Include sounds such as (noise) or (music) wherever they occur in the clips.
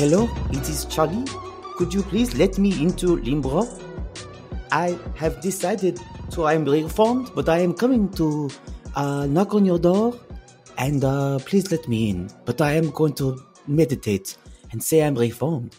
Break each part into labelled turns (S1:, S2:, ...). S1: Hello, it is Charlie. Could you please let me into Limbro? I have decided to I'm reformed, but I am coming to uh, knock on your door and uh, please let me in. But I am going to meditate and say I'm reformed.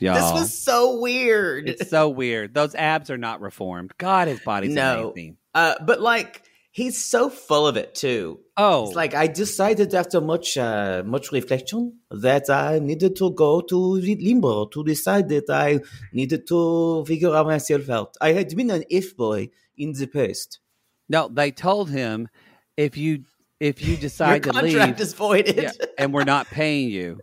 S2: Y'all.
S3: This was so weird.
S2: it's so weird. Those abs are not reformed. God, his body's
S3: No.
S2: amazing.
S3: Uh, but like, he's so full of it too.
S2: Oh,
S3: It's
S2: like
S3: like,
S1: Like I decided after much uh, much reflection that I needed to go to the Limbro to decide that I needed to figure out myself out. I had been an if boy in the past.
S2: no, they told him if you if you
S3: (laughs) your
S2: decide to
S3: contract
S2: leave,
S3: is voided.
S2: yeah,
S3: Yeah.
S2: and we're not paying you.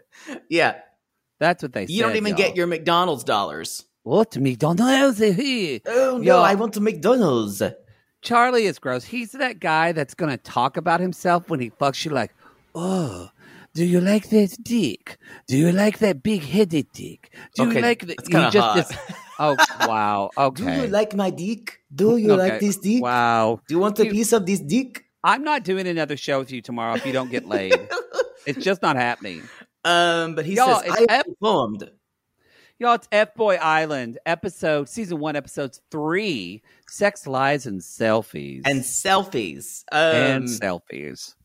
S2: That's what they said.
S3: You don't even
S2: y'all.
S3: get your McDonald's dollars.
S2: what me don't know here.
S1: Oh no,
S2: Y'all-
S1: I want to McDonald's.
S2: Charlie is gross. He's that guy that's gonna talk about himself when he fucks you like, oh, do you like that dick? Do you like that big headed dick? Do you
S3: Okay,
S2: like that?
S3: that's kinda hot.
S2: oh
S3: (laughs)
S2: wow. Okay.
S1: Do you like my dick? Do you like
S2: Okay.
S1: this dick?
S2: Wow.
S1: Do you want a
S2: You-
S1: piece of this dick?
S2: I'm not doing another show with you tomorrow if you don't get
S3: (laughs)
S2: laid. it's just not happening.
S3: Um, but he
S2: Y'all,
S3: says
S2: it's
S3: I
S2: ep-
S3: am informed.
S2: Y'all, it's F Boy Island, episode season one, episodes three, sex, lies, and selfies.
S3: and selfies. Um,
S2: And selfies.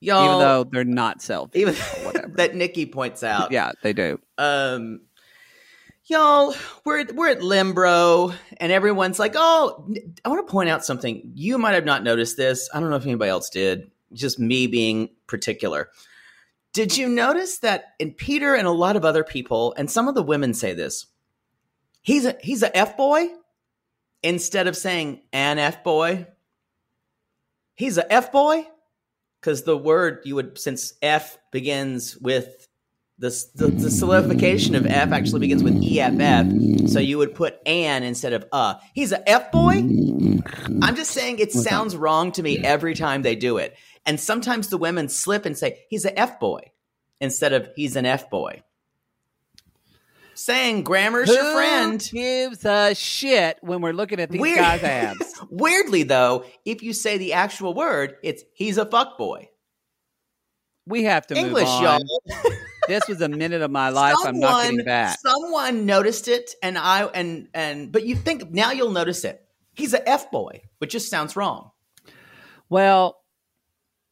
S3: y'all,
S2: even though they're not selfies.
S3: even
S2: (laughs) whatever.
S3: (laughs) that Nikki points out.
S2: yeah, they do.
S3: Um, y'all, we're at, we're at Limbro, and everyone's like, "Oh, n- I want to point out something. You might have not noticed this. I don't know if anybody else did. Just me being particular." Did you notice that in Peter and a lot of other people, and some of the women say this, he's a he's a f boy instead of saying an f boy. He's a f boy because the word you would since f begins with the, the the solidification of f actually begins with eff. So you would put an instead of uh. He's a f boy. I'm just saying it sounds wrong to me every time they do it, and sometimes the women slip and say he's a f boy instead of he's an f boy. Saying grammar's your friend.
S2: Who gives a shit when we're looking at these
S3: Weird- (laughs)
S2: guys' abs?
S3: Weirdly, though, if you say the actual word, it's he's a fuckboy.
S2: We have to
S3: English,
S2: move on.
S3: y'all.
S2: This was a minute of my life. I'm not getting back.
S3: Someone noticed it, and I and and but you think now you'll notice it. He's a f boy, which just sounds wrong.
S2: Well,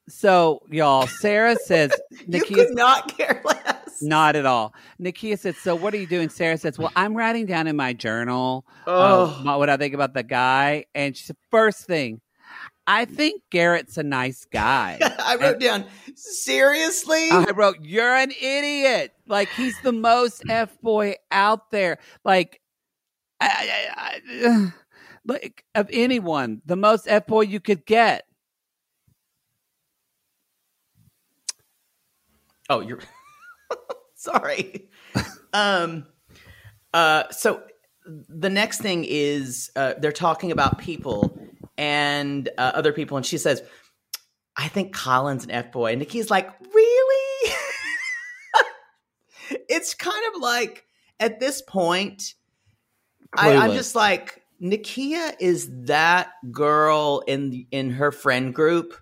S2: so y'all, Sarah says
S3: (laughs) you
S2: Nikia's
S3: could not (laughs) care less.
S2: Not at all. Nikia said, So what are you doing? Sarah says, Well, I'm writing down in my journal uh,
S3: Oh.
S2: my- what I think about the guy. And she said, First thing, I think Garrett's a nice
S3: (laughs)
S2: guy.
S3: I wrote down seriously.
S2: I wrote, You're an idiot. Like, he's the most F boy out there. Like, I, I, I, like, of anyone, the most F boy you could get.
S3: oh, you're (laughs) sorry. um. Uh. So the next thing is uh, they're talking about people and uh, other people, and she says, I think Colin's an F boy. And Nikki's like, really? (laughs) it's kind of like at this point, I, I'm
S2: Clueless.
S3: just like, Nikia is that girl in in her friend group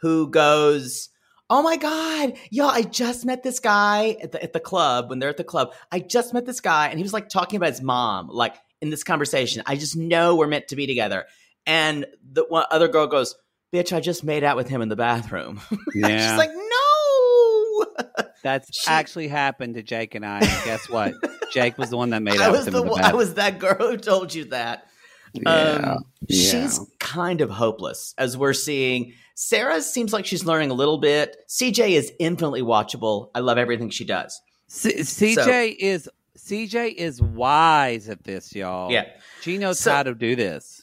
S3: who goes, Oh my God, y'all, I just met this guy at the, at the club when they're at the club. I just met this guy and he was like talking about his mom, like in this conversation. I just know we're meant to be together. And the one other girl goes, Bitch, I just made out with him in the bathroom. (laughs)
S2: Yeah.
S3: (laughs) She's like, No. (laughs)
S2: That's
S3: She-
S2: actually happened to Jake and I. And
S3: (laughs)
S2: guess what? Jake was the one that made
S3: I
S2: out
S3: was
S2: with him.
S3: the
S2: in the
S3: one- I
S2: bath.
S3: was that girl who told you that.
S2: Yeah.
S3: Um, She's kind of hopeless, as we're seeing. Sarah seems like she's learning a little bit. CJ is infinitely watchable. I love everything she does.
S2: C- CJ is CJ is wise at this, y'all.
S3: Yeah.
S2: She knows
S3: So-
S2: how to do this.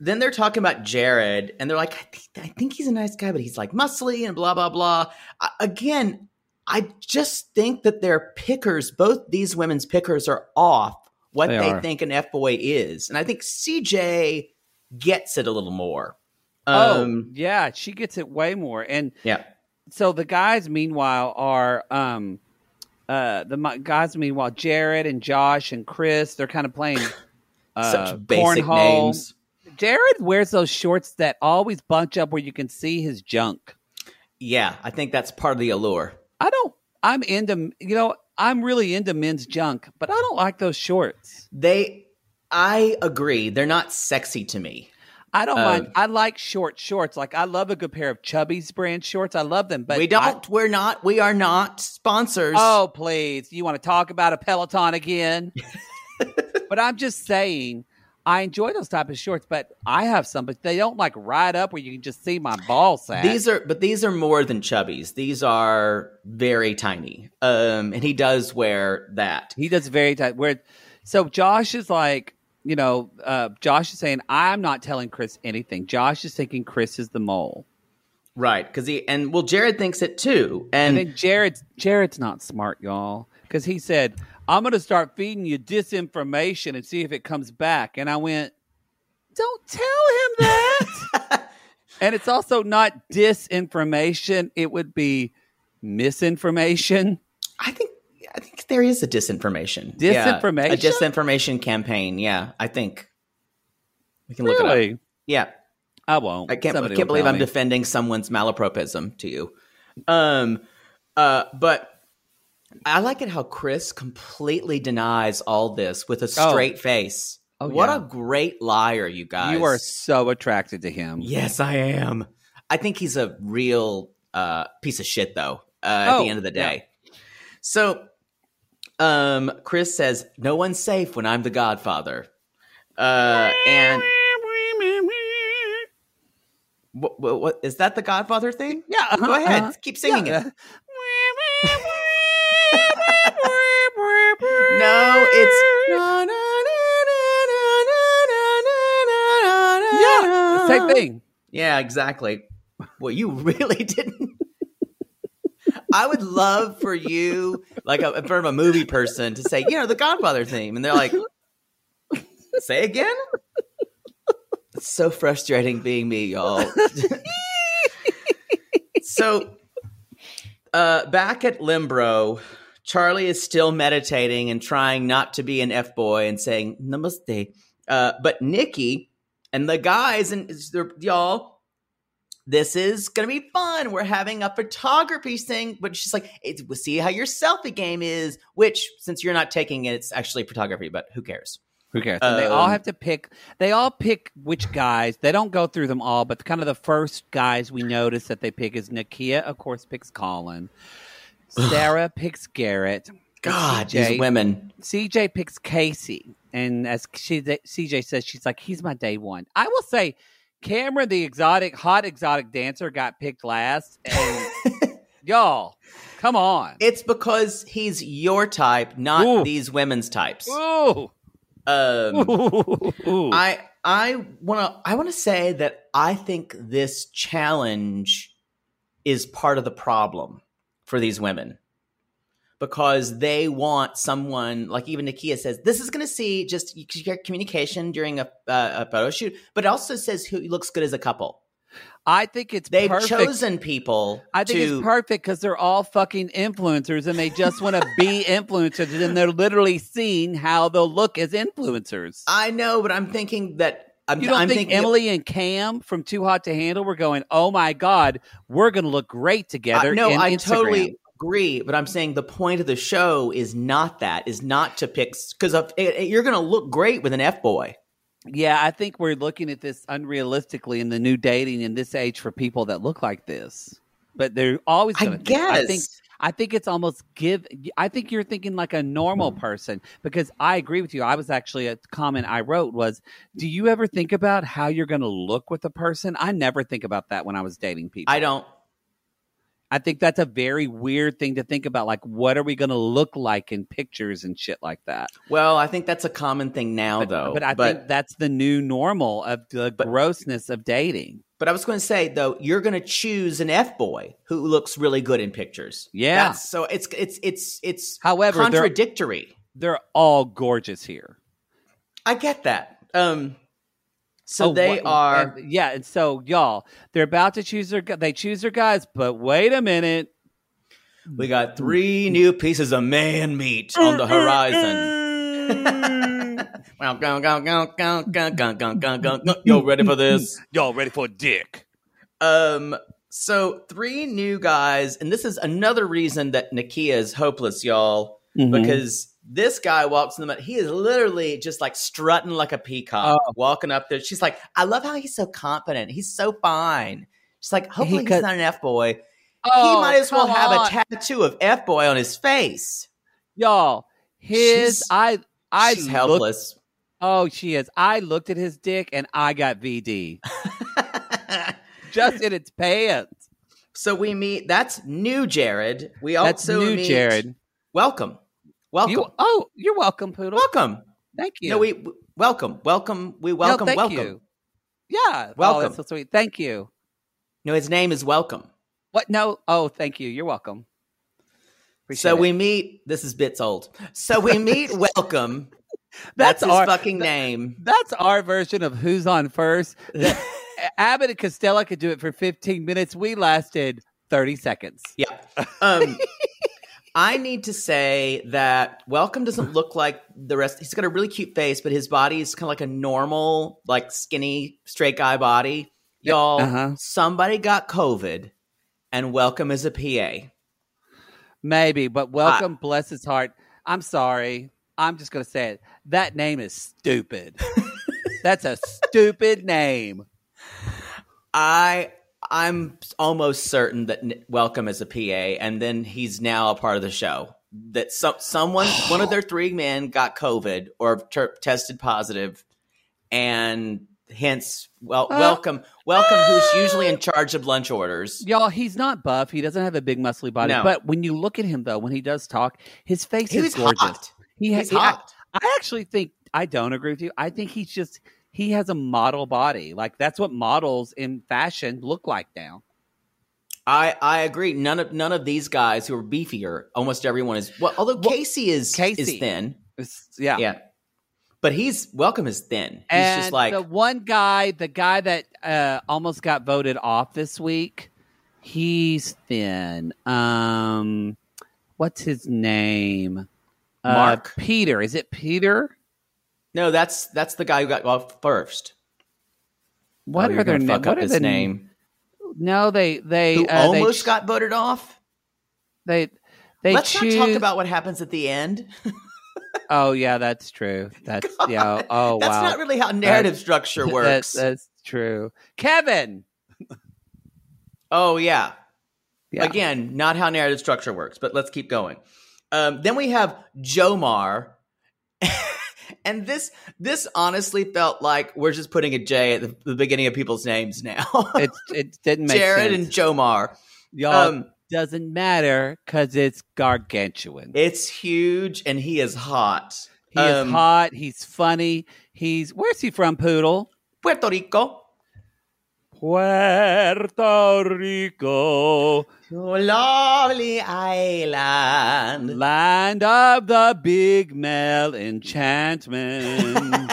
S3: Then they're talking about Jared, and they're like, I, th- I think he's a nice guy, but he's like muscly and blah, blah, blah. I, again, I just think that their pickers, both these women's pickers, are off what
S2: They
S3: they,
S2: are.
S3: think an F boy is. And I think CJ gets it a little more. Um,
S2: oh, yeah, she gets it way more. And
S3: yeah.
S2: so the guys, meanwhile, are um, uh, the mi- guys, meanwhile, Jared and Josh and Chris, they're kind
S3: (laughs)
S2: of playing uh,
S3: Such basic
S2: cornhole.
S3: names.
S2: Jared wears those shorts that always bunch up where you can see his junk.
S3: Yeah, I think that's part of the allure.
S2: I don't. I'm into you know. I'm really into men's junk, but I don't like those shorts.
S3: They, I agree. They're not sexy to me.
S2: I don't
S3: Uh,
S2: mind. I like short shorts. Like I love a good pair of Chubby's brand shorts. I love them, but
S3: we
S2: I-
S3: don't. we're not. We are not sponsors.
S2: oh please, you want to talk about a
S3: (laughs)
S2: Peloton again? but I'm just saying, I enjoy those type of shorts, but I have some, but they don't like ride up where you can just see my ball sack.
S3: these are. But these are more than chubbies. These are very tiny. Um, and he does wear that.
S2: He does very tight. Where, so Josh is like, you know, uh, Josh is saying, "I'm not telling Chris anything." Josh is thinking Chris is the mole,
S3: Right, because he and well, Jared thinks it too,
S2: and
S3: and,
S2: then Jared's Jared's not smart, y'all, because he said, "I'm going to start feeding you disinformation and see if it comes back." And I went, "Don't tell him that."
S3: (laughs)
S2: and it's also not disinformation; it would be misinformation.
S3: I think I think there is a disinformation, yeah, a
S2: Disinformation?
S3: disinformation campaign. Yeah, I think we can look it up.
S2: Really,
S3: Yeah,
S2: I won't.
S3: I can't, I
S2: Somebody
S3: can't
S2: will
S3: believe
S2: tell
S3: I'm
S2: me.
S3: defending someone's malapropism to you. Um, uh, but I like it how Chris completely denies all this with a
S2: Oh.
S3: straight face.
S2: Oh,
S3: what
S2: yeah.
S3: a great liar, you guys.
S2: You are so attracted to
S3: (laughs)
S2: him.
S3: Yes, I am. I think he's a real uh, piece of shit, though. Uh, at
S2: Oh,
S3: the end of the day, so um, Chris says, "No one's safe when I'm the Godfather," uh, and what, what, what is that? The Godfather thing?
S2: Yeah, uh-huh,
S3: go ahead,
S2: uh-huh.
S3: keep singing
S2: Yeah.
S3: it. No, it's
S2: yeah, the same thing.
S3: Yeah, exactly. Well, you (laughs) really didn't. I would love for you, like a, in front of a movie person, to say, you know, the Godfather theme, and they're like, say again. It's so frustrating being me, y'all. (laughs) so, uh, back at Limbro, Charlie is still meditating and trying not to be an f boy and saying namaste. Uh, but Nikki and the guys and is there- y'all, this is gonna be fun. We're having a photography thing, but she's like, it's, we'll see how your selfie game is. Which, since you're not taking it, it's actually photography. But who cares?
S2: Who cares? And they all
S3: Um,
S2: have to pick. They all pick which guys. They don't go through them all, but kind of the first guys we notice that they pick is Nakia, of course,
S3: (sighs)
S2: picks Colin. Sarah picks Garrett. and
S3: God,
S2: CJ
S3: these women.
S2: CJ picks Casey, and as she, CJ says, she's like, "He's my day one." I will say, Cameron, the exotic, hot exotic dancer, got picked last. And
S3: (laughs)
S2: y'all, come on!
S3: It's because he's your type, not
S2: Ooh.
S3: these women's types.
S2: Ooh,
S3: Um,
S2: Ooh.
S3: (laughs) I I want to I want to say that I think this challenge is part of the problem for these women because they want someone like even Nakia says this is going to see just your communication during a, uh, a photo shoot, but it also says who looks good as a couple.
S2: I think it's
S3: They've
S2: perfect.
S3: chosen people.
S2: I think
S3: to-
S2: it's perfect because they're all fucking influencers and they just
S3: (laughs)
S2: want to be influencers and they're literally seeing how they'll look as influencers.
S3: I know, but I'm thinking that I'm,
S2: You don't
S3: I'm
S2: think
S3: thinking
S2: Emily and Cam from Too Hot to Handle were going, oh my God, we're going to look great
S3: I-
S2: together?
S3: Uh, no,
S2: in
S3: I
S2: Instagram."
S3: totally agree, but I'm saying the point of the show is not that. Is not to pick because eh, you're going to look great with an f boy.
S2: Yeah, I think we're looking at this unrealistically in the new dating in this age for people that look like this. But they're always.
S3: I
S2: gonna think- I think.
S3: guess.
S2: I think it's almost give. I think you're thinking like a normal person because I agree with you. I was actually a comment I wrote was, "Do you ever think about how you're going to look with a person?" I never think about that when I was dating people.
S3: I don't.
S2: I think that's a very weird thing to think about. Like, what are we going to look like in pictures and shit like that?
S3: Well, I think that's a common thing now,
S2: But,
S3: though.
S2: but I think that's the new normal of the grossness of dating.
S3: But I was going to say though, you're going to choose an f boy who looks really good in pictures.
S2: Yeah.
S3: That's- so it's it's it's it's
S2: However, there-
S3: contradictory.
S2: they're all gorgeous here.
S3: I get that. Um. So
S2: Oh,
S3: they
S2: what-
S3: are.
S2: and- yeah. And so, y'all, they're about to choose their gu- they choose their guys, but wait a minute,
S3: we got three new pieces of man meat on the horizon.
S2: (laughs)
S3: Yo, ready for this?
S2: y'all ready for dick?
S3: Um, so three new guys, and this is another reason that Nakia is hopeless, y'all,
S2: Mm-hmm.
S3: because this guy walks in the middle. He is literally just like strutting like a peacock,
S2: Oh.
S3: walking up there. She's like, I love how he's so confident. He's so fine. She's like, hopefully he's
S2: got-
S3: not an F boy.
S2: Oh,
S3: he might as well
S2: come
S3: have
S2: on.
S3: a tattoo of F boy on his face.
S2: Y'all, his
S3: She's-
S2: I I
S3: She's
S2: looked-
S3: helpless. (laughs)
S2: oh, she is. I looked at his dick and I
S3: (laughs)
S2: got VD just in its pants.
S3: so we meet. That's new Jared. We also
S2: That's new,
S3: meet-
S2: Jared.
S3: Welcome, welcome,
S2: You oh, you're welcome, poodle.
S3: welcome.
S2: Thank you.
S3: No, we w- welcome, welcome, we
S2: No,
S3: welcome,
S2: thank
S3: welcome.
S2: you. Yeah, Oh,
S3: Welcome.
S2: that's so sweet. Thank you.
S3: No, his name is Welcome.
S2: What? No. Oh, thank you. You're welcome.
S3: so we meet. This is bits old. So we meet
S2: (laughs)
S3: Welcome.
S2: That's
S3: That's, his
S2: our-
S3: fucking name.
S2: That's our version of who's on first.
S3: (laughs)
S2: That Abbott and Costello could do it for 15 minutes. We lasted 30 seconds.
S3: Yeah. Um, I need to say that Welcome doesn't look like the rest. He's got a really cute face, but his body is kind of like a normal, like skinny straight guy body. Y'all,
S2: Uh-huh.
S3: somebody got COVID, and Welcome is a PA.
S2: Maybe, but welcome, bless his heart. I'm sorry. I'm just going to say it. That name
S3: (laughs)
S2: is stupid. That's a stupid name.
S3: I I'm almost certain that N- Welcome is a PA, and then he's now a part of the show. That some
S2: (sighs)
S3: someone one of their three men got COVID or ter- tested positive, and hence well
S2: Uh,
S3: welcome welcome who's usually in charge of lunch orders.
S2: Y'all, he's not buff. He doesn't have a big muscly body.
S3: No.
S2: But when you look at him, though, when he does talk, his face
S3: He
S2: is
S3: was
S2: gorgeous.
S3: hot.
S2: He ha-
S3: He's
S2: yeah,
S3: hot.
S2: I, actually think I don't agree with you. I think he's just he has a model body. Like that's what models in fashion look like now.
S3: I I agree. None of none of these guys who are beefier. Almost everyone is well. Although Casey is
S2: Casey.
S3: is thin.
S2: It's, yeah.
S3: Yeah. But he's welcome is thin. He's
S2: And
S3: just like
S2: the one guy, the guy that uh, almost got voted off this week, he's thin. Um, what's his name? Uh,
S3: Mark.
S2: Peter. Is it Peter?
S3: No, that's that's the guy who got off first.
S2: What
S3: Oh,
S2: are
S3: you're
S2: their
S3: gonna
S2: name?
S3: Fuck
S2: What
S3: up
S2: are
S3: his
S2: the
S3: name?
S2: No, they they
S3: Who
S2: uh, they
S3: almost
S2: ch-
S3: got voted off?
S2: they they
S3: Let's
S2: choose.
S3: not talk about what happens at the end.
S2: Oh yeah, that's true. That's (laughs)
S3: (laughs)
S2: yeah. Oh
S3: that's
S2: wow.
S3: not really how narrative
S2: That's-
S3: structure
S2: That-
S3: works.
S2: that's true. Kevin.
S3: oh yeah.
S2: Yeah.
S3: Again, not how narrative structure works. But let's keep going. Um, then we have Jomar, (laughs) and this this honestly felt like we're just putting a J at the, the beginning of people's names now. (laughs)
S2: It it didn't make
S3: Jared
S2: sense.
S3: and Jomar.
S2: Y'all
S3: um,
S2: doesn't matter because it's gargantuan.
S3: It's huge, and he is hot.
S2: he
S3: Um,
S2: is hot. He's funny. He's where's he from? Poodle.
S3: Puerto Rico.
S2: Puerto
S3: Oh,
S2: Rico,
S3: lovely island.
S2: land of the big
S3: (laughs)
S2: male enchantment.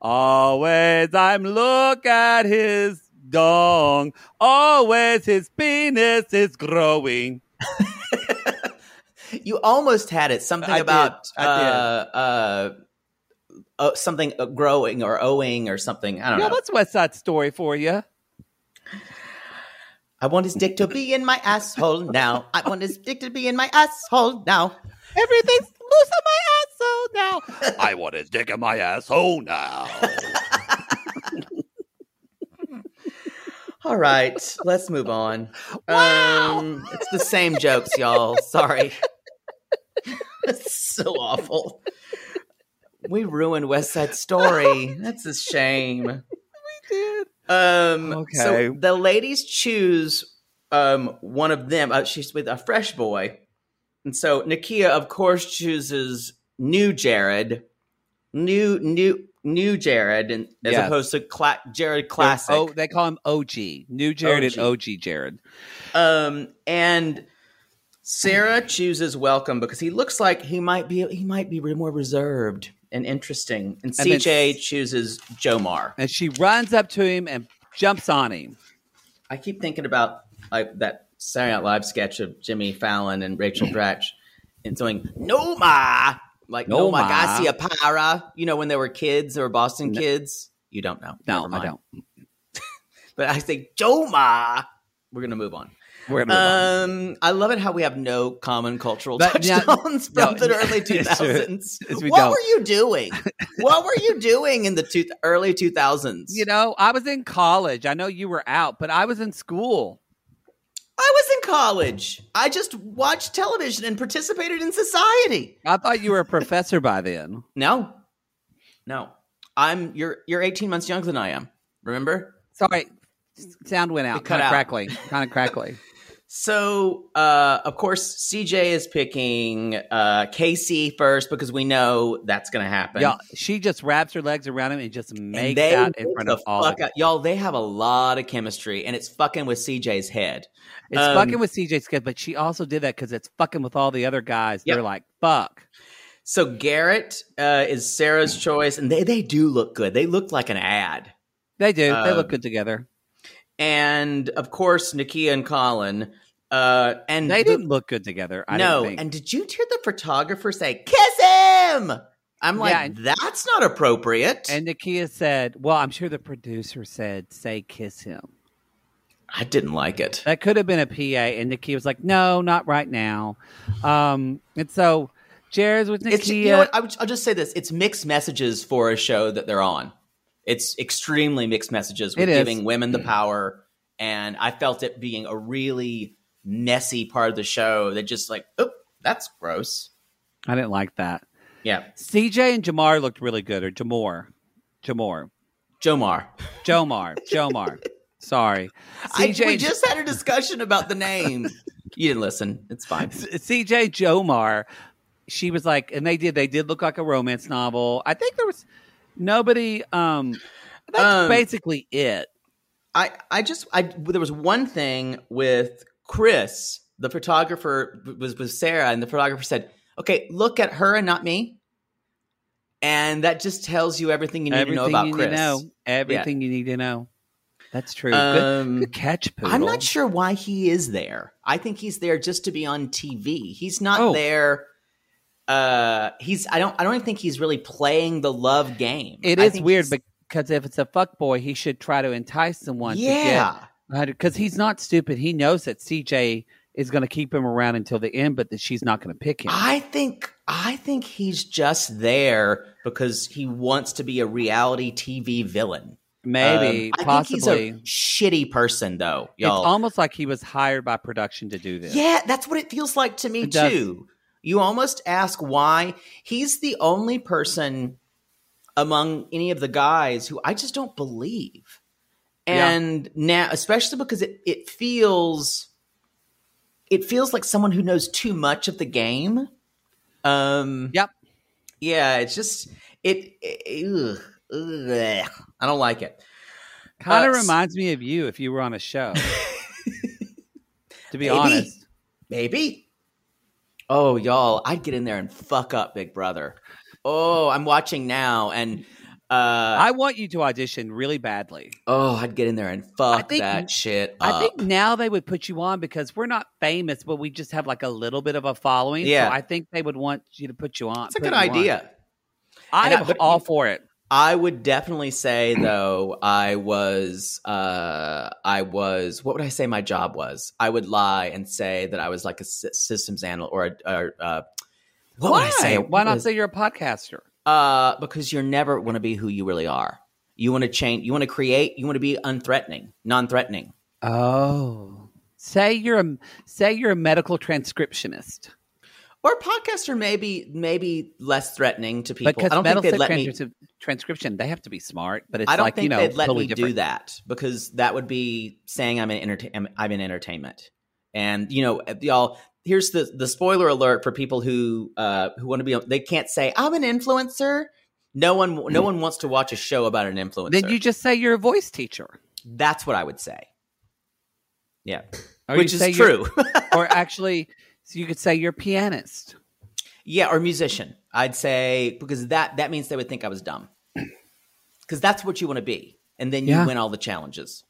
S2: Always I'm look at his dong. Always his penis is growing.
S3: You almost had it. Something
S2: I did.
S3: about
S2: I
S3: Uh, uh, uh, something uh, growing or owing or something. I don't
S2: Yeah,
S3: know.
S2: that's West Side Story for you.
S3: I want his dick to be in my asshole now. I want his dick to be in my asshole now.
S2: Everything's loose on my asshole now. I want his dick in my asshole now.
S3: All right, let's move on. Wow. Um, it's the same jokes, y'all. Sorry. (laughs) It's so awful. We ruined West Side Story. That's a shame. We did. Um,
S2: Okay.
S3: So the ladies choose um, one of them. Uh, she's with a fresh boy. And so Nakia, of course, chooses new Jared. New, new, new Jared, and as
S2: Yes.
S3: opposed to cla- Jared Classic.
S2: Oh, they call him OG. New Jared and
S3: OG.
S2: OG Jared.
S3: Um, and Sarah chooses welcome because he looks like he might be he might be more reserved and interesting. And,
S2: And then-
S3: CJ chooses Jomar.
S2: And she runs up to him and jumps on him.
S3: I keep thinking about like that Saturday Night Live sketch of Jimmy Fallon and
S2: Mm.
S3: Rachel Dratch and doing no ma like "Oh no
S2: No,
S3: ma
S2: ma."
S3: gracia para. You know when they were kids, they were Boston kids. You don't know.
S2: No,
S3: Never
S2: I
S3: mind.
S2: don't.
S3: But I think Joma. We're gonna move on.
S2: We're gonna move on.
S3: Um, I love it how we have no common cultural
S2: But, yeah,
S3: touchdowns
S2: no,
S3: from the
S2: yeah, (laughs)
S3: early
S2: sure.
S3: 2000s.
S2: Yes, we
S3: what
S2: don't.
S3: were you
S2: (laughs)
S3: doing? what were you doing in the two, early 2000s?
S2: You know, I was in college. I know you were out, but I was in school.
S3: I was in college. I just watched television and participated in society.
S2: I thought you were a professor by then.
S3: No, no, I'm you're you're 18 months younger than I am. Remember?
S2: Sorry, s- sound went out.
S3: It cut
S2: Kind of
S3: out.
S2: crackly. Kind of crackly.
S3: (laughs) So, uh, of course, CJ is picking uh, Casey first because we know that's going to happen.
S2: Y'all, she just wraps her legs around him and just
S3: And
S2: makes
S3: they
S2: out in
S3: make
S2: front
S3: the
S2: of all.
S3: fuck
S2: of them.
S3: out- Y'all, they have a lot of chemistry, and it's fucking with CJ's head.
S2: It's
S3: Um,
S2: fucking with CJ's kid, but she also did that because it's fucking with all the other guys.
S3: Yep.
S2: They're like, fuck.
S3: So Garrett uh, is Sarah's choice, and they they do look good. They look like an ad.
S2: They do. they
S3: Um,
S2: look good together.
S3: And of course, Nakia and Colin. Uh, and
S2: They
S3: the-
S2: didn't look good together. I
S3: no.
S2: didn't think.
S3: And did you hear the photographer say "kiss him"? I'm like,
S2: Yeah, and-
S3: that's not appropriate.
S2: And Nakia said, well, I'm sure the producer said, say kiss him.
S3: I didn't like it.
S2: That could have been a PA. And Nakia was like, no, not right now. Um, and so Jared's with Nakia.
S3: It's you know what? I would, I'll just say this: it's mixed messages for a show that they're on. It's extremely mixed messages with
S2: It is.
S3: giving women the power, and I felt it being a really messy part of the show. That just like, oh, that's gross.
S2: I didn't like that.
S3: Yeah,
S2: CJ and Jamar looked really good, or Jamor. Jamor.
S3: Jomar.
S2: Jomar. Jomar. Sorry.
S3: I,
S2: CJ
S3: we just had a discussion about the name. (laughs) you didn't listen. It's fine.
S2: CJ Jomar, she was like, and they did, they did look like a romance novel. I think there was nobody, um, that's
S3: Um,
S2: basically it.
S3: I, I just I there was one thing with Chris, the photographer was with Sarah, and the photographer said, "Okay, look at her and not me," and that just tells you everything you need
S2: Everything
S3: to know about
S2: you
S3: Chris.
S2: need to know. Everything you need to know. That's true.
S3: Um,
S2: good, good catch, Poodle.
S3: I'm not sure why he is there. I think he's there just to be on TV. He's not
S2: Oh.
S3: there. Uh, he's I don't I don't even think he's really playing the love game.
S2: It
S3: I
S2: is
S3: think
S2: weird
S3: he's-
S2: because if it's a fuck boy, he should try to entice someone.
S3: Yeah.
S2: to get because he's not stupid. He knows that CJ is going to keep him around until the end, but that she's not going to pick him.
S3: I think I think he's just there because he wants to be a reality TV villain.
S2: Maybe,
S3: Um, I
S2: possibly.
S3: think he's a shitty person though,
S2: it's
S3: y'all.
S2: almost like he was hired by production to do this.
S3: yeah, that's what it feels like to me
S2: It does.
S3: too. You almost ask why he's the only person among any of the guys who I just don't believe.
S2: Yeah.
S3: And now especially because it, it feels it feels like someone who knows too much of the game. Um
S2: Yep.
S3: Yeah, it's just it. it- ugh, ugh. I don't like it.
S2: Kind
S3: Uh,
S2: of
S3: s-
S2: reminds me of you if you were on
S3: (laughs)
S2: a show. to be
S3: Maybe.
S2: honest.
S3: Maybe. Oh, y'all, I'd get in there and fuck up Big Brother. Oh, I'm watching now, and Uh,
S2: I want you to audition really badly.
S3: oh, I'd get in there and fuck
S2: think-
S3: that shit up.
S2: I think now they would put you on because we're not famous, but we just have like a little bit of a following.
S3: Yeah.
S2: So I think they would want you to put you on.
S3: it's a
S2: put
S3: good
S2: you on.
S3: idea. And I-
S2: I'm
S3: but-
S2: all for it.
S3: I would definitely say though I was uh I was what would I say my job was? I would lie and say that I was like a sy- systems analyst or a, or uh what would I say?
S2: Why not
S3: Was-
S2: say you're a podcaster?
S3: uh because you're never going to be who you really are. You want to change, you want to create, you want to be unthreatening, non-threatening.
S2: Oh, say you're a say you're a medical transcriptionist
S3: Or podcaster maybe maybe less threatening to people.
S2: because
S3: I don't think
S2: medical
S3: they'd let me
S2: transcription transcription they have to be smart, but it's
S3: I don't
S2: like
S3: think
S2: you know
S3: they'd let
S2: totally
S3: me
S2: different.
S3: do that because that would be saying I'm in entertain I'm- I'm in entertainment, and you know uh, y'all. Here's the the spoiler alert for people who uh, who want to be they can't say I'm an influencer. No one no one wants to watch a show about an influencer.
S2: Mm-hmm. Then you just say you're a
S3: (laughs)
S2: voice teacher,
S3: that's what I would say. Yeah,
S2: Or
S3: which
S2: you
S3: is
S2: say you're-
S3: true. (laughs)
S2: or actually, so you could say you're a pianist.
S3: yeah, or musician. I'd say because that that means they would think I was dumb. (clears throat) Because that's what you want to be, and then you
S2: Yeah.
S3: win all the challenges.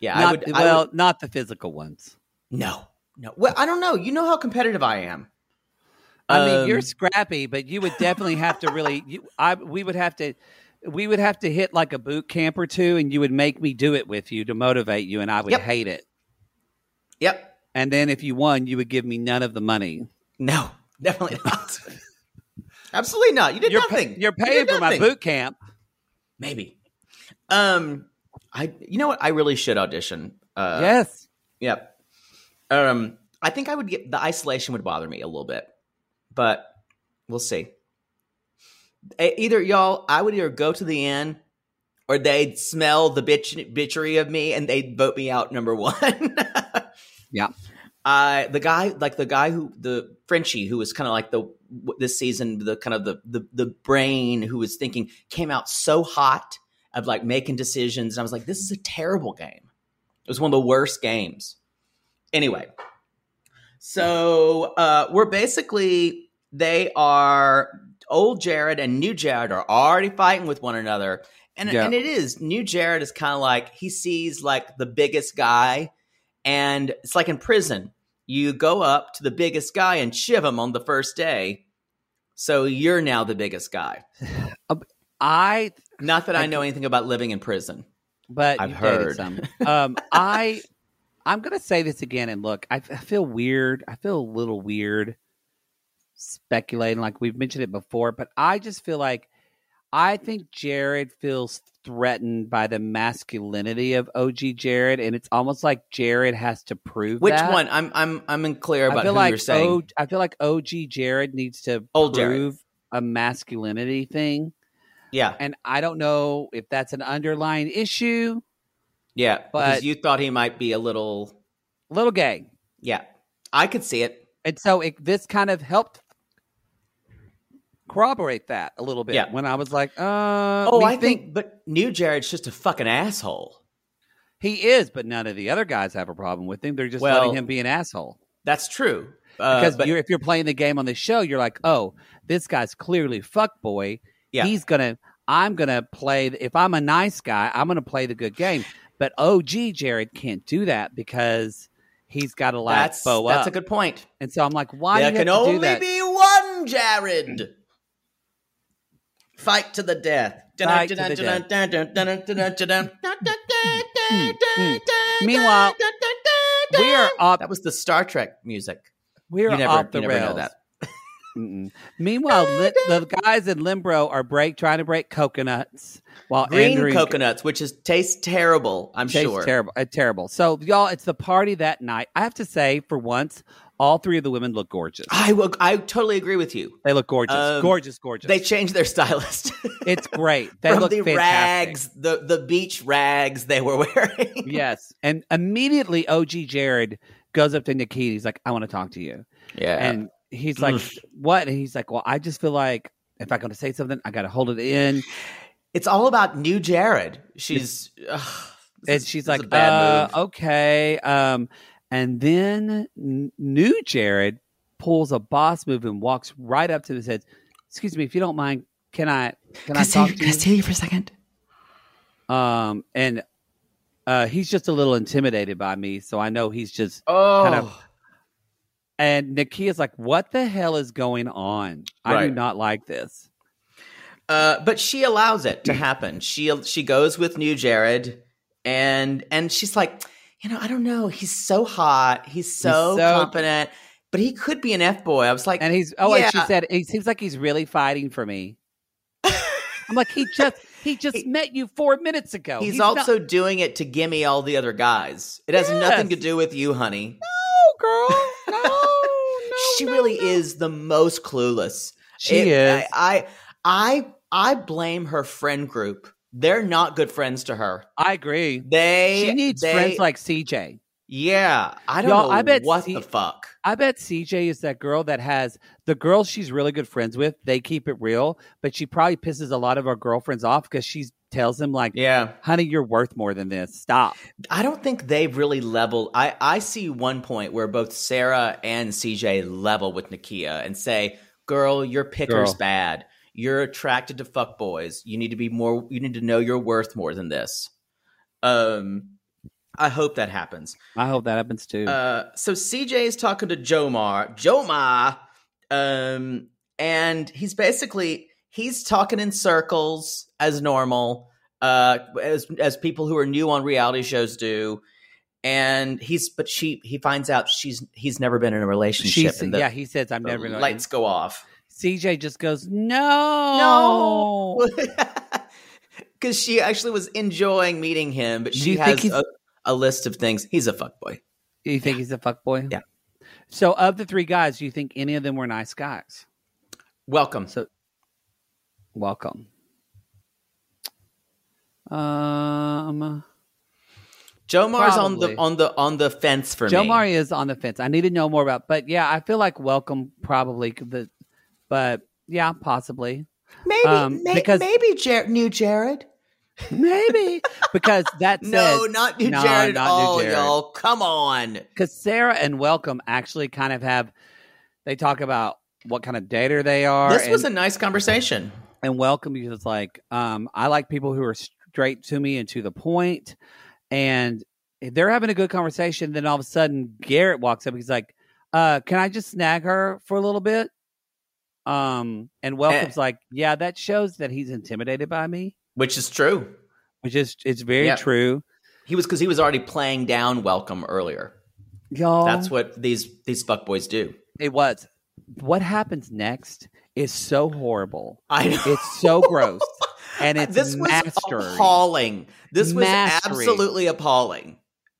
S3: Yeah,
S2: Not,
S3: I would. I would-
S2: well, not the physical ones.
S3: No, no. Well, I don't know. You know how competitive I am.
S2: I mean, you're
S3: Um,
S2: scrappy, but you would definitely have to really. You, I we would have to, we would have to hit like a boot camp or two, and you would make me do it with you to motivate you, and I would
S3: Yep.
S2: hate it.
S3: Yep.
S2: And then if you won, you would give me none of the money.
S3: No, (laughs) definitely not. Absolutely not. You did
S2: You're pa-
S3: nothing.
S2: you're
S3: You did
S2: paying for my
S3: nothing.
S2: boot camp.
S3: Maybe. Um, I. You know what? I really should audition. Uh,
S2: yes,
S3: Yep. Um, I think I would get the isolation would bother me a little bit, but we'll see. E- Either y'all, I would either go to the end, or they'd smell the bitch bitchery of me and they'd vote me out number (laughs) one.
S2: Yeah.
S3: Uh, the guy, like the guy who the Frenchie, who was kind of like the this season, the kind of the, the the brain who was thinking came out so hot of like making decisions, and I was like, this is a terrible game. It was one of the worst games. Anyway, so uh, we're basically they are old Jared and new Jared are already fighting with one another, and
S2: Yeah.
S3: and it is new Jared is kind of like he sees like the biggest guy, and it's like in prison you go up to the biggest guy and shiv him on the first day, so you're now the biggest guy.
S2: I.
S3: Not that I know anything about living in prison.
S2: But
S3: I've
S2: you've dated
S3: heard.
S2: some.
S3: (laughs)
S2: Um, I. I'm gonna say this again, and look, I, f- I feel weird. I feel a little weird speculating, like we've mentioned it before. But I just feel like I think Jared feels threatened by the masculinity of OG Jared, and it's almost like Jared has to prove
S3: Which
S2: that.
S3: one? I'm I'm I'm unclear about
S2: I feel
S3: who
S2: like
S3: you're saying.
S2: O- I feel like OG Jared needs to
S3: Old Jared.
S2: prove a masculinity thing,
S3: yeah,
S2: and I don't know if that's an underlying issue.
S3: yeah. because
S2: but-
S3: you thought he might be a little.
S2: Little gay,
S3: Yeah, I could see it.
S2: and so it, this kind of helped corroborate that a little bit.
S3: Yeah.
S2: When I was like, uh,
S3: Oh,
S2: me
S3: I think, but New Jared's just a fucking asshole.
S2: he is, but none of the other guys have a problem with him. They're just
S3: Well,
S2: letting him be an asshole.
S3: That's true. Uh,
S2: Because
S3: but-
S2: you're, if you're playing the game on the show, you're like, oh, this guy's clearly fuck boy.
S3: Yeah.
S2: He's gonna. I'm gonna play. If I'm a nice guy, I'm gonna play the good game. But OG Jared can't do that because he's got to like
S3: that's
S2: bow
S3: that's
S2: up.
S3: a good point.
S2: and so I'm like, why
S3: there
S2: do you
S3: can
S2: have to do
S3: only
S2: that?
S3: be one Jared. Fight to the death.
S2: Fight to the death. (laughs) Hmm, Meanwhile, we are off.
S3: That was the Star Trek music.
S2: We are
S3: you never,
S2: off the
S3: you never know
S2: rails.
S3: that.
S2: (laughs) Mm-mm.
S3: (laughs)
S2: Meanwhile, li- the guys in Limbro are break trying to break coconuts while
S3: Green
S2: Andrew and-
S3: coconuts, which is tastes terrible. I'm
S2: tastes
S3: sure.
S2: terrible. Uh, terrible. So y'all, it's the party that night. I have to say, for once, all three of the women look
S3: (gasps)
S2: gorgeous.
S3: I will. I totally agree with you.
S2: They look gorgeous,
S3: Um,
S2: gorgeous, gorgeous.
S3: They changed their
S2: (laughs)
S3: stylist. (laughs)
S2: it's great. They
S3: from
S2: look
S3: the
S2: fantastic.
S3: rags, the the beach rags they were (laughs) wearing.
S2: Yes, and immediately OG Jared goes up to Nikita. He's like, "I want to talk to you,"
S3: Yeah. Mm.
S2: and he's like, "What?" And he's like, "Well, I just feel like if I'm going to say something, I got to hold it in."
S3: it's all about new Jared. She's ugh, this
S2: and
S3: is-
S2: she's
S3: this is
S2: like,
S3: a bad
S2: uh,
S3: move.
S2: okay. Um, and then n- new Jared pulls a boss move and walks right up to him and says, Excuse me, if you don't mind, Can I? Can
S4: Can I,
S2: I talk
S4: stay,
S2: to
S4: can I
S2: you?
S4: stay here for a second?
S2: Um, and uh, he's just a little intimidated by me, so I know he's just
S3: Oh,
S2: kind of. And Nakia's like, "What the hell is going on? I do
S3: Right.
S2: not like this."
S3: Uh, but she allows it to happen. She she goes with new Jared, and and she's like, you know, I don't know. He's so hot. He's so,
S2: so-
S3: competent, but he could be an f boy. I was like,
S2: And he's oh, and she
S3: Yeah.
S2: said, "He seems like he's really fighting for me." I'm like, he just
S3: (laughs)
S2: he just met you four minutes ago.
S3: he's,
S2: Oh, not-
S3: also doing it to gimme all the other guys. It has
S2: Yes.
S3: nothing to do with you, honey.
S2: no Oh, girl. No,
S3: (laughs)
S2: no,
S3: she
S2: no,
S3: really
S2: no.
S3: is the most clueless.
S2: She
S3: It-
S2: is.
S3: I, I I I blame her friend group. They're not good friends to her.
S2: I agree.
S3: They
S2: She needs
S3: they-
S2: friends like CJ.
S3: yeah. I don't
S2: Y'all,
S3: know
S2: I bet
S3: what
S2: Steve-
S3: the fuck.
S2: I bet CJ is that girl that has the girl she's really good friends with. They keep it real, but she probably pisses a lot of our girlfriends off because she tells them like,
S3: Yeah.
S2: "Honey, you're worth more than this. Stop."
S3: I don't think they really level. I, I see one point where both Sarah and CJ level with Nakia and say, "Girl, your picker's
S2: Girl.
S3: bad. You're attracted to fuck boys. You need to be more. You need to know you're worth more than this." Um, I hope that happens.
S2: I hope that happens too.
S3: Uh, so CJ is talking to Jomar, Jomar, um, and he's basically he's talking in circles as normal, uh, as as people who are new on reality shows do. And he's but she he finds out she's he's never been in a relationship.
S2: She's,
S3: and the,
S2: yeah, he says, "I'm
S3: the
S2: never going."
S3: lights
S2: Lights.
S3: go off. (laughs)
S2: CJ just goes, "No,
S3: because she actually was enjoying meeting him, but
S2: Do
S3: she
S2: you think
S3: has
S2: he's-
S3: a, a list of things. He's a fuckboy.
S2: You think he's a fuck boy?
S3: Yeah.
S2: So, of the three guys, do you think any of them were nice guys?
S3: Welcome.
S2: So- Welcome. Um.
S3: Jomar's on
S2: Probably.
S3: the on the on the fence for
S2: Joe
S3: me.
S2: Mari is on the fence. I need to know more about, but yeah, I feel like welcome probably could the, but yeah, possibly
S3: maybe
S2: um, may- because-
S3: maybe Jer- new Jared.
S2: maybe (laughs) because that
S3: No,
S2: says-
S3: not new
S2: No,
S3: Jared at
S2: not New
S3: all,
S2: Jared.
S3: y'all. Come on.
S2: Because Sarah and Welcome actually kind of have they talk about what kind of dater they are.
S3: This
S2: and,
S3: was a nice conversation.
S2: and Welcome is like um, I like people who are straight to me and to the point, and they're having a good conversation. Then all of a sudden, Garrett walks up. He's like, uh, "Can I just snag her for a little bit?" Um,
S3: Eh.
S2: and Welcome's like, "Yeah, that shows that he's intimidated by me,
S3: Which is true.
S2: which is it's very
S3: Yeah.
S2: true,
S3: He was because he was already playing down welcome earlier.
S2: y'all."
S3: That's what these these fuckboys do.
S2: it was. What happens next is so horrible.
S3: I know.
S2: It's so
S3: (laughs)
S2: gross, and it's
S3: this was
S2: mastery.
S3: appalling. This was
S2: Mastery.
S3: absolutely appalling.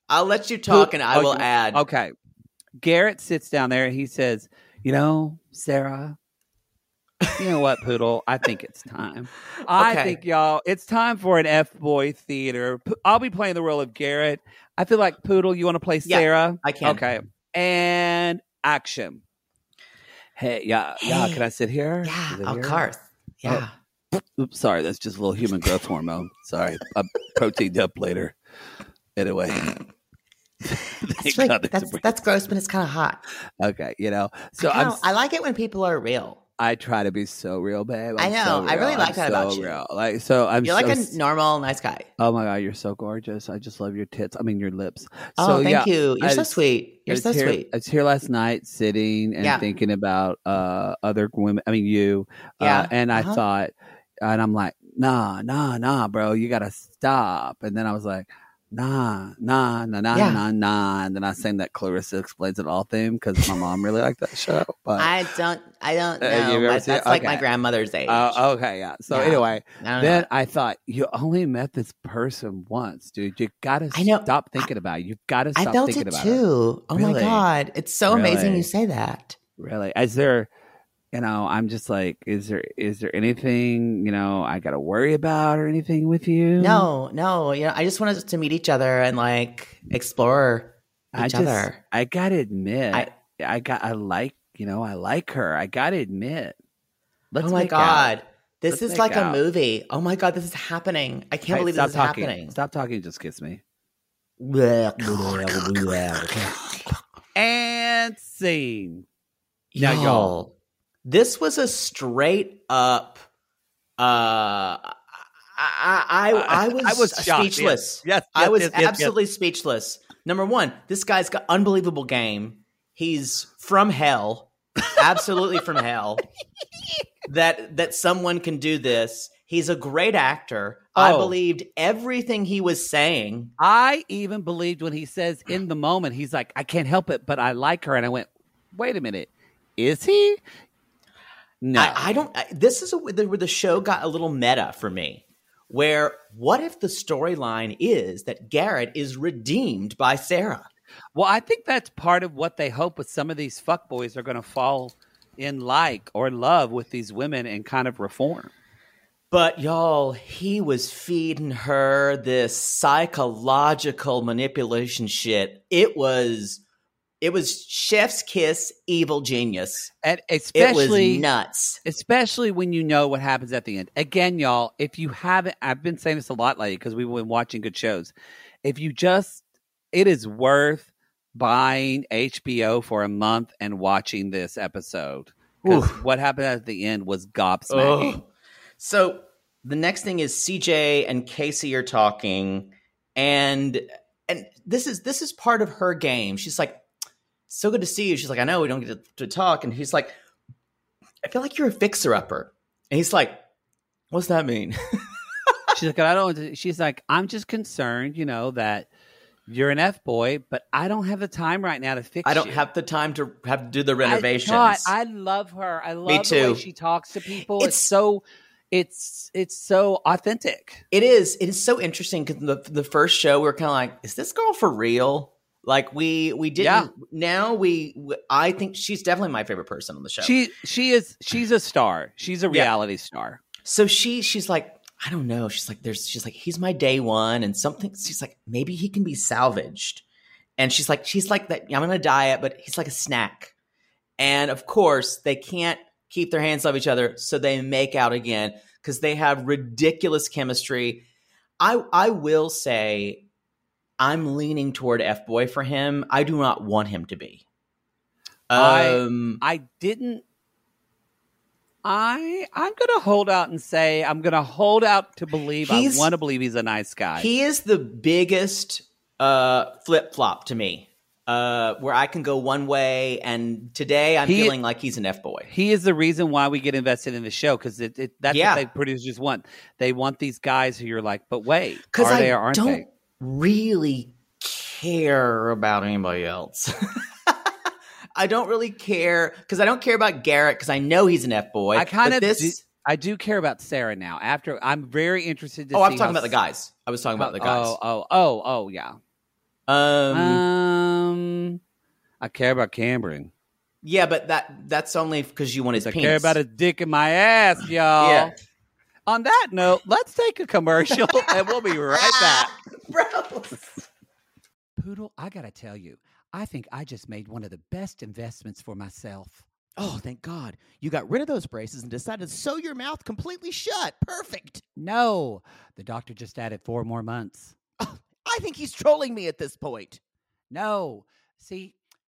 S3: I'll let you talk and I
S2: Oh,
S3: will
S2: you-
S3: add.
S2: Okay. Garrett sits down there and he says, You know, Sarah, you know what, Poodle? I think it's time. I
S3: Okay.
S2: think, y'all, it's time for an F boy theater. P- I'll be playing the role of Garrett. I feel like, Poodle, you want to play
S3: Yeah,
S2: Sarah?
S3: I can.
S2: Okay. And action. Hey, yeah, yeah,
S3: Hey.
S2: can I sit here?
S3: Yeah,
S2: Is it
S3: of
S2: here?
S3: course.
S2: (laughs)
S3: Yeah.
S2: Oops, sorry, that's just a little human growth hormone. Sorry, I'm (laughs) proteined up later. Anyway, (laughs)
S3: That's,
S2: God, it's a weird-
S3: that's gross, but it's kind of hot.
S2: okay, you know. So I'm,
S3: kinda- like it when people are real.
S2: I try to be so real, babe.
S3: I
S2: I'm
S3: know.
S2: so
S3: I really
S2: real.
S3: like
S2: I'm
S3: that
S2: so
S3: about you.
S2: Real. Like so, I'm.
S3: You're
S2: so,
S3: like a normal, nice guy.
S2: oh my god, you're so gorgeous. I just love your tits. I mean, your lips.
S3: Oh,
S2: so,
S3: thank
S2: yeah,
S3: you. You're
S2: I
S3: so
S2: was-
S3: sweet.
S2: I
S3: You're
S2: was
S3: so
S2: here,
S3: sweet.
S2: I was here last night, sitting and
S3: Yeah.
S2: thinking about uh other women. I mean, you. Uh,
S3: Yeah.
S2: and I
S3: Uh-huh.
S2: thought, and I'm like, nah, nah, nah, bro, you gotta stop. And then I was like. Nah, nah, nah, nah,
S3: Yeah.
S2: nah, nah. And then I sang that Clarissa Explains It All theme because my mom really liked that show. But
S3: I don't. I don't
S2: Uh,
S3: know.
S2: you've ever
S3: but
S2: seen-
S3: that's like my
S2: okay.
S3: grandmother's age.
S2: Oh, okay, yeah. So
S3: Yeah.
S2: anyway,
S3: I, don't
S2: then
S3: know.
S2: I thought you only met this person once, dude. You gotta
S3: I know.
S2: stop thinking about it. You've gotta
S3: I
S2: stop
S3: felt it
S2: thinking about it.
S3: too. Oh my
S2: Really?
S3: god, it's so amazing
S2: Really?
S3: you say that.
S2: Really. Is there you know, I'm just like, is there is there anything, you know, I gotta worry about or anything with you?
S3: No, no. You know, I just wanted to meet each other and like explore each
S2: I just
S3: other.
S2: I gotta admit I,
S3: I-
S2: got I like you know, I like her. I gotta admit. Let's
S3: oh my
S2: make out.
S3: god, this
S2: Let's
S3: is
S2: make
S3: like
S2: out.
S3: a movie. Oh my god, this is happening. I can't
S2: Hey,
S3: believe
S2: stop
S3: this is
S2: talking.
S3: happening.
S2: Stop talking, just kiss me. (laughs) And scene. Now, y'all.
S3: Y'all, this was a straight up Uh, I, I, I, I was,
S2: Uh, I was shocked,
S3: speechless.
S2: yes. Yes,
S3: I
S2: yes,
S3: was
S2: yes, yes, yes.
S3: absolutely speechless. Number one, this guy's got unbelievable game. He's from hell, absolutely from
S2: (laughs)
S3: hell. That that someone can do this. He's a great actor. I
S2: Oh.
S3: believed everything he was saying.
S2: I even believed when he says in the moment, he's like, I can't help it, but I like her. And I went, wait a minute, is he? No.
S3: I, I don't. I, this is a, where the where the show got a little meta for me. Where what if the storyline is that Garrett is redeemed by Sarah?
S2: well, I think that's part of what they hope with some of these fuckboys are going to fall in like or love with these women and kind of reform.
S3: But y'all, he was feeding her this psychological manipulation shit. It was, it was Chef's kiss, evil genius.
S2: And
S3: it was
S2: especially
S3: nuts.
S2: especially when you know what happens at the end. Again, y'all, if you haven't, I've been saying this a lot lately because we've been watching good shows. If you just, it is worth buying HBO for a month and watching this episode. 'Cause What happened at the end was gobsmacking.
S3: So the next thing is CJ and Casey are talking, and and this is this is part of her game. She's like, "So good to see you." She's like, "I know we don't get to, to talk," and he's like, "I feel like you're a fixer upper," and he's like, "What's that mean?" (laughs)
S2: She's like, I don't. She's like, I'm just concerned, you know, that you're an f boy, but I don't have the time right now to fix.
S3: I don't
S2: you."
S3: have the time to have to do the
S2: I-
S3: renovations.
S2: God, I, love her. I love the way
S3: too.
S2: she talks to people. it's
S3: It's-
S2: so it's it's so authentic.
S3: It is. It is so interesting because the the first show we were kind of like, is this girl for real? Like we we didn't.
S2: Yeah.
S3: Now we, w- I think she's definitely my favorite person on the show.
S2: She she is she's a star. She's a
S3: Yeah.
S2: reality star.
S3: so she she's like, I don't know. She's like, there's she's like, he's my day one, and something. She's like, maybe he can be salvaged. And she's like, she's like that. I'm on a diet, but he's like a snack. And of course, they can't keep their hands off each other, so they make out again because they have ridiculous chemistry. I I will say, I'm leaning toward F boy for him. I do not want him to be.
S2: I-
S3: Um,
S2: I didn't I I'm gonna hold out and say I'm gonna hold out to believe
S3: He's-
S2: I want to believe he's a nice guy.
S3: He is the biggest uh, flip flop to me, uh, where I can go one way, and today I'm
S2: He-
S3: feeling like he's an f boy.
S2: he is the reason why we get invested in the show because it, it, that's
S3: Yeah.
S2: what they producers want. They want these guys who you're like, but wait, are
S3: Because I
S2: they or aren't
S3: don't
S2: they?
S3: really care about anybody else. (laughs) I don't really care because I don't care about Garrett because I know he's an f boy.
S2: I kind of
S3: this.
S2: do, I do care about Sarah now. After I'm very interested to
S3: oh,
S2: see
S3: I'm
S2: how
S3: talking about the guys. I was talking about the guys.
S2: Oh, oh, oh, oh, yeah.
S3: um,
S2: Um, I care about Cameron.
S3: yeah, but that that's only because you want his
S2: I
S3: penis.
S2: care about a dick in
S3: (laughs)
S2: my ass, y'all.
S3: Yeah.
S2: On that note, let's take
S3: (laughs)
S2: a commercial and we'll be right back. Poodle, I gotta tell you, I think I just made one of the best investments for myself.
S4: Oh, thank God. You got rid of those braces and decided to sew your mouth completely shut. Perfect.
S2: No, the doctor just added four more months.
S4: I think he's trolling me at this point.
S2: No, see,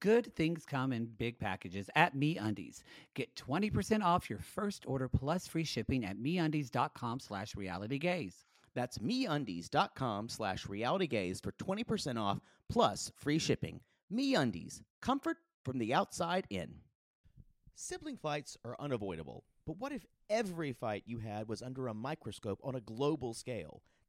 S2: good things come in big packages at MeUndies. Get 20% off your first order plus free shipping at MeUndies.com slash realitygaze.
S3: That's meundies.com slash realitygaze for 20% off plus free shipping. MeUndies, comfort from the outside in. Sibling fights are unavoidable, but what if every fight you had was under a microscope on a global scale?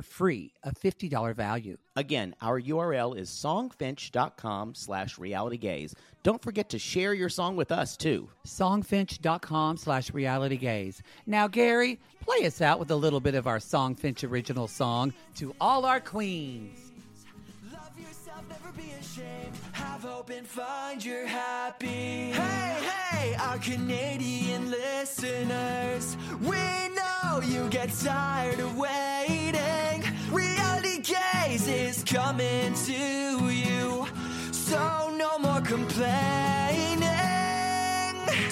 S2: free, a $50 value.
S3: Again, our URL is songfinch.com slash realitygaze. Don't forget to share your song with us, too.
S2: Songfinch.com slash realitygaze. Now, Gary, play us out with a little bit of our Songfinch original song, To All Our Queens.
S5: Love yourself, never be ashamed. Have hope and find your happy. Hey, hey, our Canadian listeners. We know you get tired of waiting. Reality Gaze is coming to you. So no more complaining.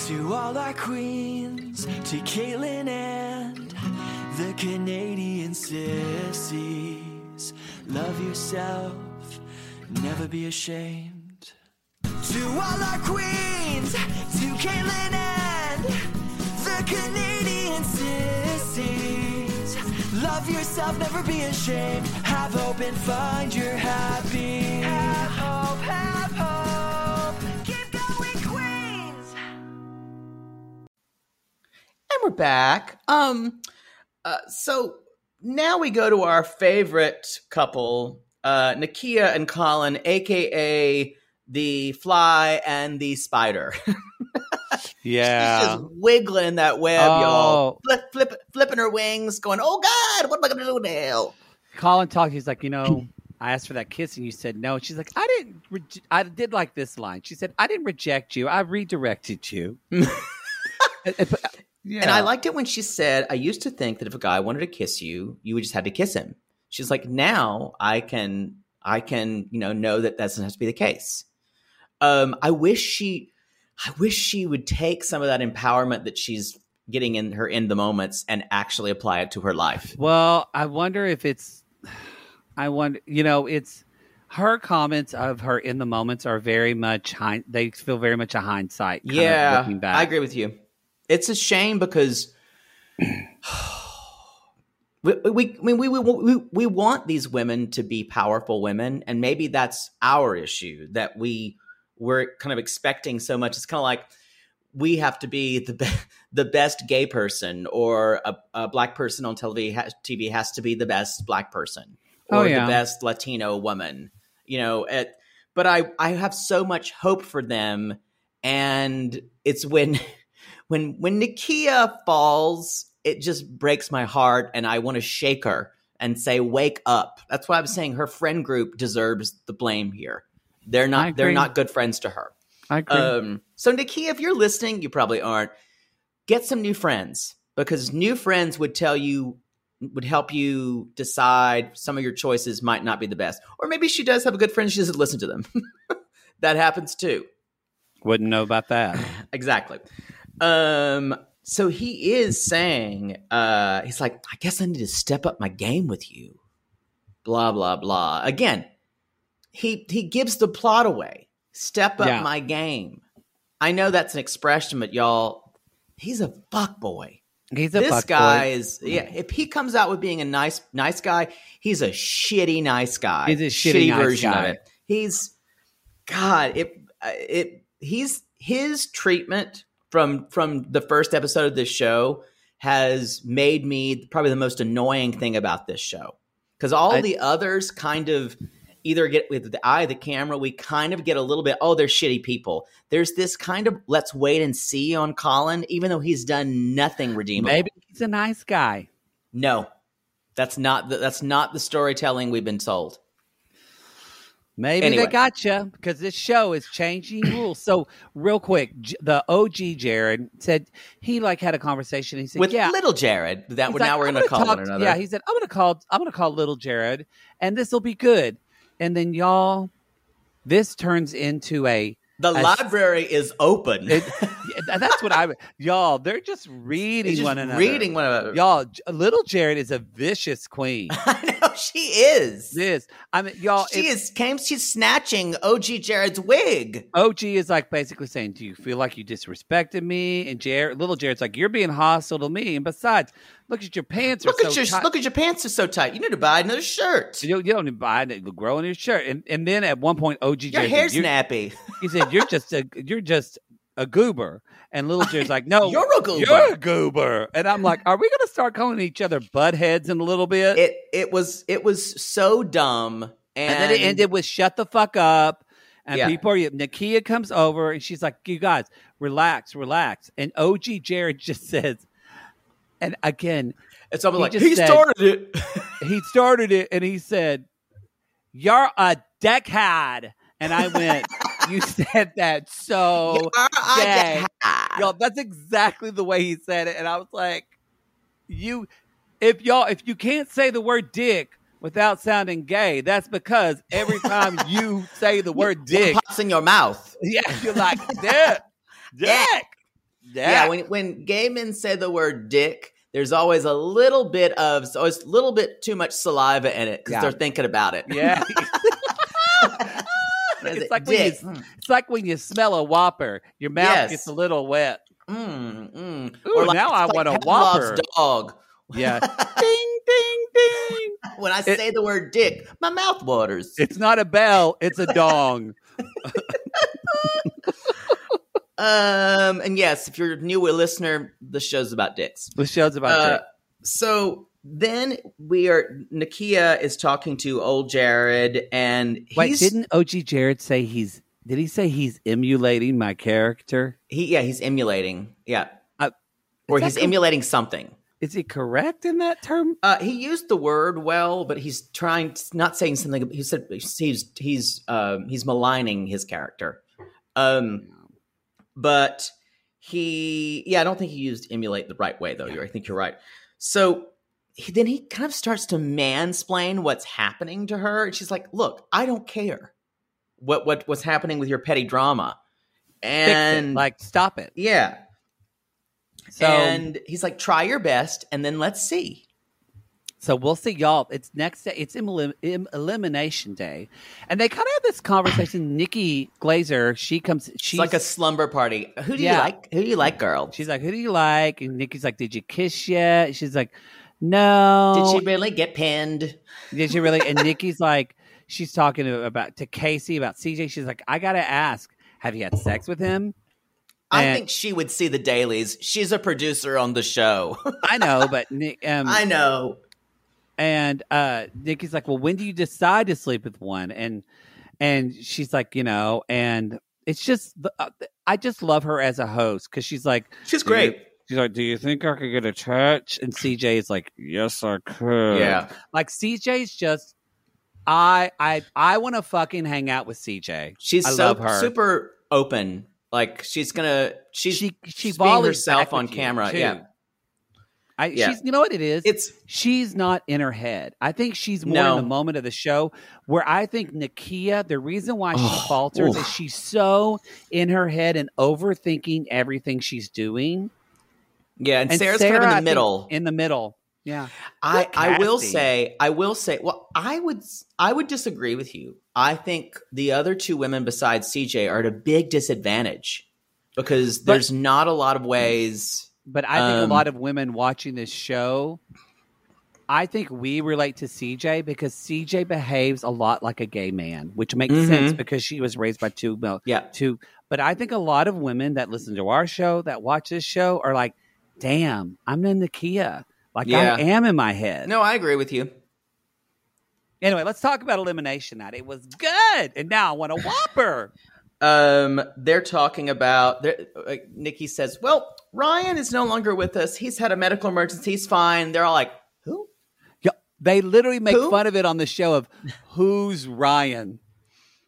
S5: To all our queens, to Caitlin and the Canadian sissies. Love yourself, never be ashamed. To all our queens, to Caitlin and the Canadian sissies. Love Love yourself, never be ashamed. Have hope and find your happy. Have hope, have hope. Keep going, Queens.
S3: And we're back. Um, uh, so now we go to our favorite couple, uh, Nakia and Colin, aka the fly and the spider. (laughs) She's
S2: Yeah.
S3: just wiggling in that web, y'all.
S2: Oh.
S3: Flip, flip, flipping her wings, going, "Oh God, what am I going to do now?"
S2: Colin talked. He's like,
S3: (clears throat)
S2: you know, I asked for that kiss and you said no. And she's like, I didn't. Re- I did like this line. She said, I didn't reject you. I redirected
S3: (laughs)
S2: you. And- and- but- yeah.
S3: And I liked it when she said, "I used to think that if a guy wanted to kiss you, you would just had to kiss him." She's like, "Now I can, I can, you know, know that that doesn't have to be the case." Um, I wish she, I wish she would take some of that empowerment that she's getting in her in the moments and actually apply it to her life.
S2: Well, I wonder if it's. I wonder. You know, it's her comments of her in the moments are very much. Hind, they feel very much a hindsight. kind of
S3: yeah,
S2: looking back.
S3: I agree with you. It's a shame because (sighs) we, we, I mean, we, we, we, we want these women to be powerful women, and maybe that's our issue that we we're kind of expecting so much. It's kind of like we have to be the be- (laughs) the best gay person, or a, a black person on televi- ha- TV has to be the best black person, or
S2: Oh, yeah.
S3: the best Latino woman. You know, it, but I I have so much hope for them, and it's when (laughs) when when Nikia falls, it just breaks my heart, and I want to shake her and say, "Wake up!" That's why I'm saying her friend group deserves the blame here. They're
S2: I
S3: not they're
S2: agree.
S3: not good friends to her.
S2: I agree.
S3: Um, so Nikia, if you're listening, you probably aren't. Get some new friends because new friends would tell you would help you decide some of your choices might not be the best, or maybe she does have a good friend. She doesn't listen to them. (laughs) that happens too.
S2: Wouldn't know about that.
S3: (laughs) Exactly. Um, so he is saying, uh, he's like, I guess I need to step up my game with you. Blah, blah, blah. Again, he he gives the plot away. Step up
S2: Yeah.
S3: my game. I know that's an expression, but y'all, he's a fuck boy.
S2: He's a
S3: This
S2: fuck
S3: guy
S2: boy.
S3: is yeah. If he comes out with being a nice nice guy, he's a shitty nice guy.
S2: He's a shitty nice guy.
S3: He's God. It it he's his treatment from from the first episode of this show has made me probably the most annoying thing about this show because all
S2: I-
S3: the others kind of either get with the eye of the camera we kind of get a little bit oh they're shitty people there's this kind of let's wait and see on colin even though he's done nothing redeemable
S2: Maybe he's a nice guy.
S3: no, that's not the, that's not the storytelling we've been told.
S2: Maybe
S3: Anyway.
S2: they got you because this show is
S3: (clears throat)
S2: changing rules. So real quick, J- the OG Jared said he like had a conversation. He said,
S3: With
S2: "Yeah,
S3: little Jared, that
S2: he's
S3: now
S2: like,
S3: we're
S2: I'm
S3: going to call
S2: talk
S3: one
S2: to-
S3: another.
S2: Yeah, he said I'm gonna call I'm gonna call little Jared, and this will be good. And then y'all, this turns into a. (laughs)
S3: the
S2: I-
S3: library is open.
S2: It, yeah, that's what I y'all. They're just
S3: (laughs)
S2: reading
S3: He's just
S2: one another.
S3: reading one another.
S2: Y'all, J- little Jared is a vicious
S3: (laughs)
S2: queen.
S3: I know she is.
S2: this, I mean, y'all.
S3: she
S2: it's-
S3: is came. She's snatching OG Jared's wig.
S2: OG is like basically saying, "Do you feel like you disrespected me?" And Jared, little Jared's like, "You're being hostile to me." And besides, look at your pants.
S3: Look
S2: are
S3: at
S2: so
S3: your
S2: tight.
S3: look at your pants are so tight. You need to buy another shirt.
S2: You, you don't even buy it. It'll grow in your shirt. And and then at one point, OG
S3: Your
S2: Jared,
S3: hair's
S2: said, "You're-
S3: nappy. (laughs)
S2: he said, "You're just a you're just a goober." And
S3: (laughs)
S2: little Jared's like, "No,
S3: You're a goober."
S2: You're a goober." And I'm like, "Are we gonna start calling each other butt heads in a little bit?"
S3: It it was it was so dumb. And,
S2: And then it ended with "Shut the fuck up." And
S3: Yeah.
S2: people are Nakia comes over and she's like, "You guys, relax, relax." And OG Jared (laughs) just says, and again,
S3: It's almost
S2: he
S3: like
S2: just
S3: he
S2: said-
S3: started it.
S2: he started it and he said, "You're a deckhead," and
S3: (laughs)
S2: I went, "You said that so."
S3: You're a
S2: gay."
S3: dickhead.
S2: Y'all, that's exactly the way he said it, and I was like, "You, if y'all, if you can't say the word dick." Without sounding gay, that's because every
S3: (laughs)
S2: time you say the word dick,
S3: Pops in your mouth.
S2: Yeah, (laughs) you're like dick,
S3: Yeah.
S2: dick,
S3: Yeah,
S2: dick.
S3: when when gay men say the word dick, there's always a little bit of so it's a little bit too much saliva in it because
S2: Yeah.
S3: they're thinking about it. (laughs)
S2: yeah.
S3: Is
S2: it's
S3: it
S2: like when you,
S3: dick? Mm,
S2: it's like when you smell a whopper, your mouth
S3: Yes.
S2: gets a little wet.
S3: mm, mm.
S2: Ooh, now
S3: it's
S2: I want a
S3: Pavlov's
S2: Whopper.
S3: dog. (laughs)
S2: Yeah, ding, ding,
S3: when I
S2: It-
S3: say the word dick, my mouth waters.
S2: It's not a bell, it's a dong.
S3: Um, and yes, if you're a new listener, the show's about dicks.
S2: The show's about
S3: Uh,
S2: dick.
S3: So then we are Nakia is talking to old Jared, and he's,
S2: Wait, didn't OG Jared say he's did he say he's emulating my character?
S3: he? Yeah, he's emulating. Yeah,
S2: Uh,
S3: or
S2: is that
S3: he's
S2: com-
S3: emulating something.
S2: Is he correct in that term?
S3: Uh, he used the word well, but he's trying not saying something. He said he's he's um, he's maligning his character. Um, but he, yeah, I don't think he used emulate the right way though. You're- I think you're right. So he, then he kind of starts to mansplain what's happening to her, and she's like, "Look, I don't care what what what's happening with your petty drama."
S2: Fix it.
S3: And
S2: like stop it.
S3: yeah,
S2: So
S3: and he's like, "Try your best, and then let's see."
S2: So we'll see y'all. It's next day. It's elim- em- elimination day, and they kind of have
S3: (sighs)
S2: this conversation. Nikki Glazer, she comes.
S3: It's
S2: She's
S3: like a slumber party. Who do you
S2: Yeah.
S3: like? Who do you like, girl?
S2: She's like, "Who do you like?" And Nikki's like, "Did you kiss yet?" She's like, "No."
S3: Did she really get pinned?
S2: Did she really? And Nikki's (laughs) like, she's talking to, about to Casey about CJ. She's like, "I gotta ask, have you had sex with him?"
S3: I
S2: And-
S3: think she would see the dailies. She's a producer on the show. (laughs)
S2: I know, but Nick, um,
S3: I know.
S2: and uh Nikki's like, "Well, when do you decide to sleep with one?" And and she's like, "You know," and it's just the- uh, I just love her as a host cuz she's like
S3: She's
S2: "Do you- She's like, "Do you think I could get attached?" And CJ is like, "Yes, I could."
S3: Yeah.
S2: Like CJ's just I I I want to fucking hang out with CJ.
S3: She's
S2: I
S3: so
S2: love her.
S3: super open. Like she's gonna she's
S2: She she
S3: she's being
S2: volleys
S3: herself
S2: back with
S3: on
S2: you,
S3: camera.
S2: too.
S3: Yeah.
S2: I,
S3: Yeah.
S2: she's you know what it is?
S3: It's
S2: she's not in her head. I think she's more
S3: No.
S2: in the moment of the show where I think Nakia, the reason why she falters is she's so in her head and overthinking everything she's doing.
S3: yeah, and,
S2: And
S3: Sarah's kind of
S2: Sarah,
S3: in the
S2: I think,
S3: middle.
S2: In the middle. Yeah.
S3: I,
S2: Look,
S3: I will
S2: Cassie.
S3: say, I will say, well, I would, I would disagree with you. I think the other two women besides CJ are at a big disadvantage because
S2: But-
S3: there's not a lot of ways.
S2: But I think
S3: Um,
S2: a lot of women watching this show, I think we relate to CJ because CJ behaves a lot like a gay man, which makes
S3: Mm-hmm.
S2: sense because she was raised by two male.
S3: Yeah.
S2: Two. But I think a lot of women that listen to our show, that watch this show, are like, damn, I'm in the Kia. Like
S3: Yeah.
S2: I am in my head.
S3: No, I agree with you.
S2: Anyway, let's talk about elimination night. It was good, and now I want a Whopper.
S3: Um, they're talking about. they're- Uh, Nikki says, "Well, Ryan is no longer with us. He's had a medical emergency. He's fine." They're all like, "Who?"
S2: Yeah, they literally make
S3: Who?
S2: fun of it on the show of who's Ryan.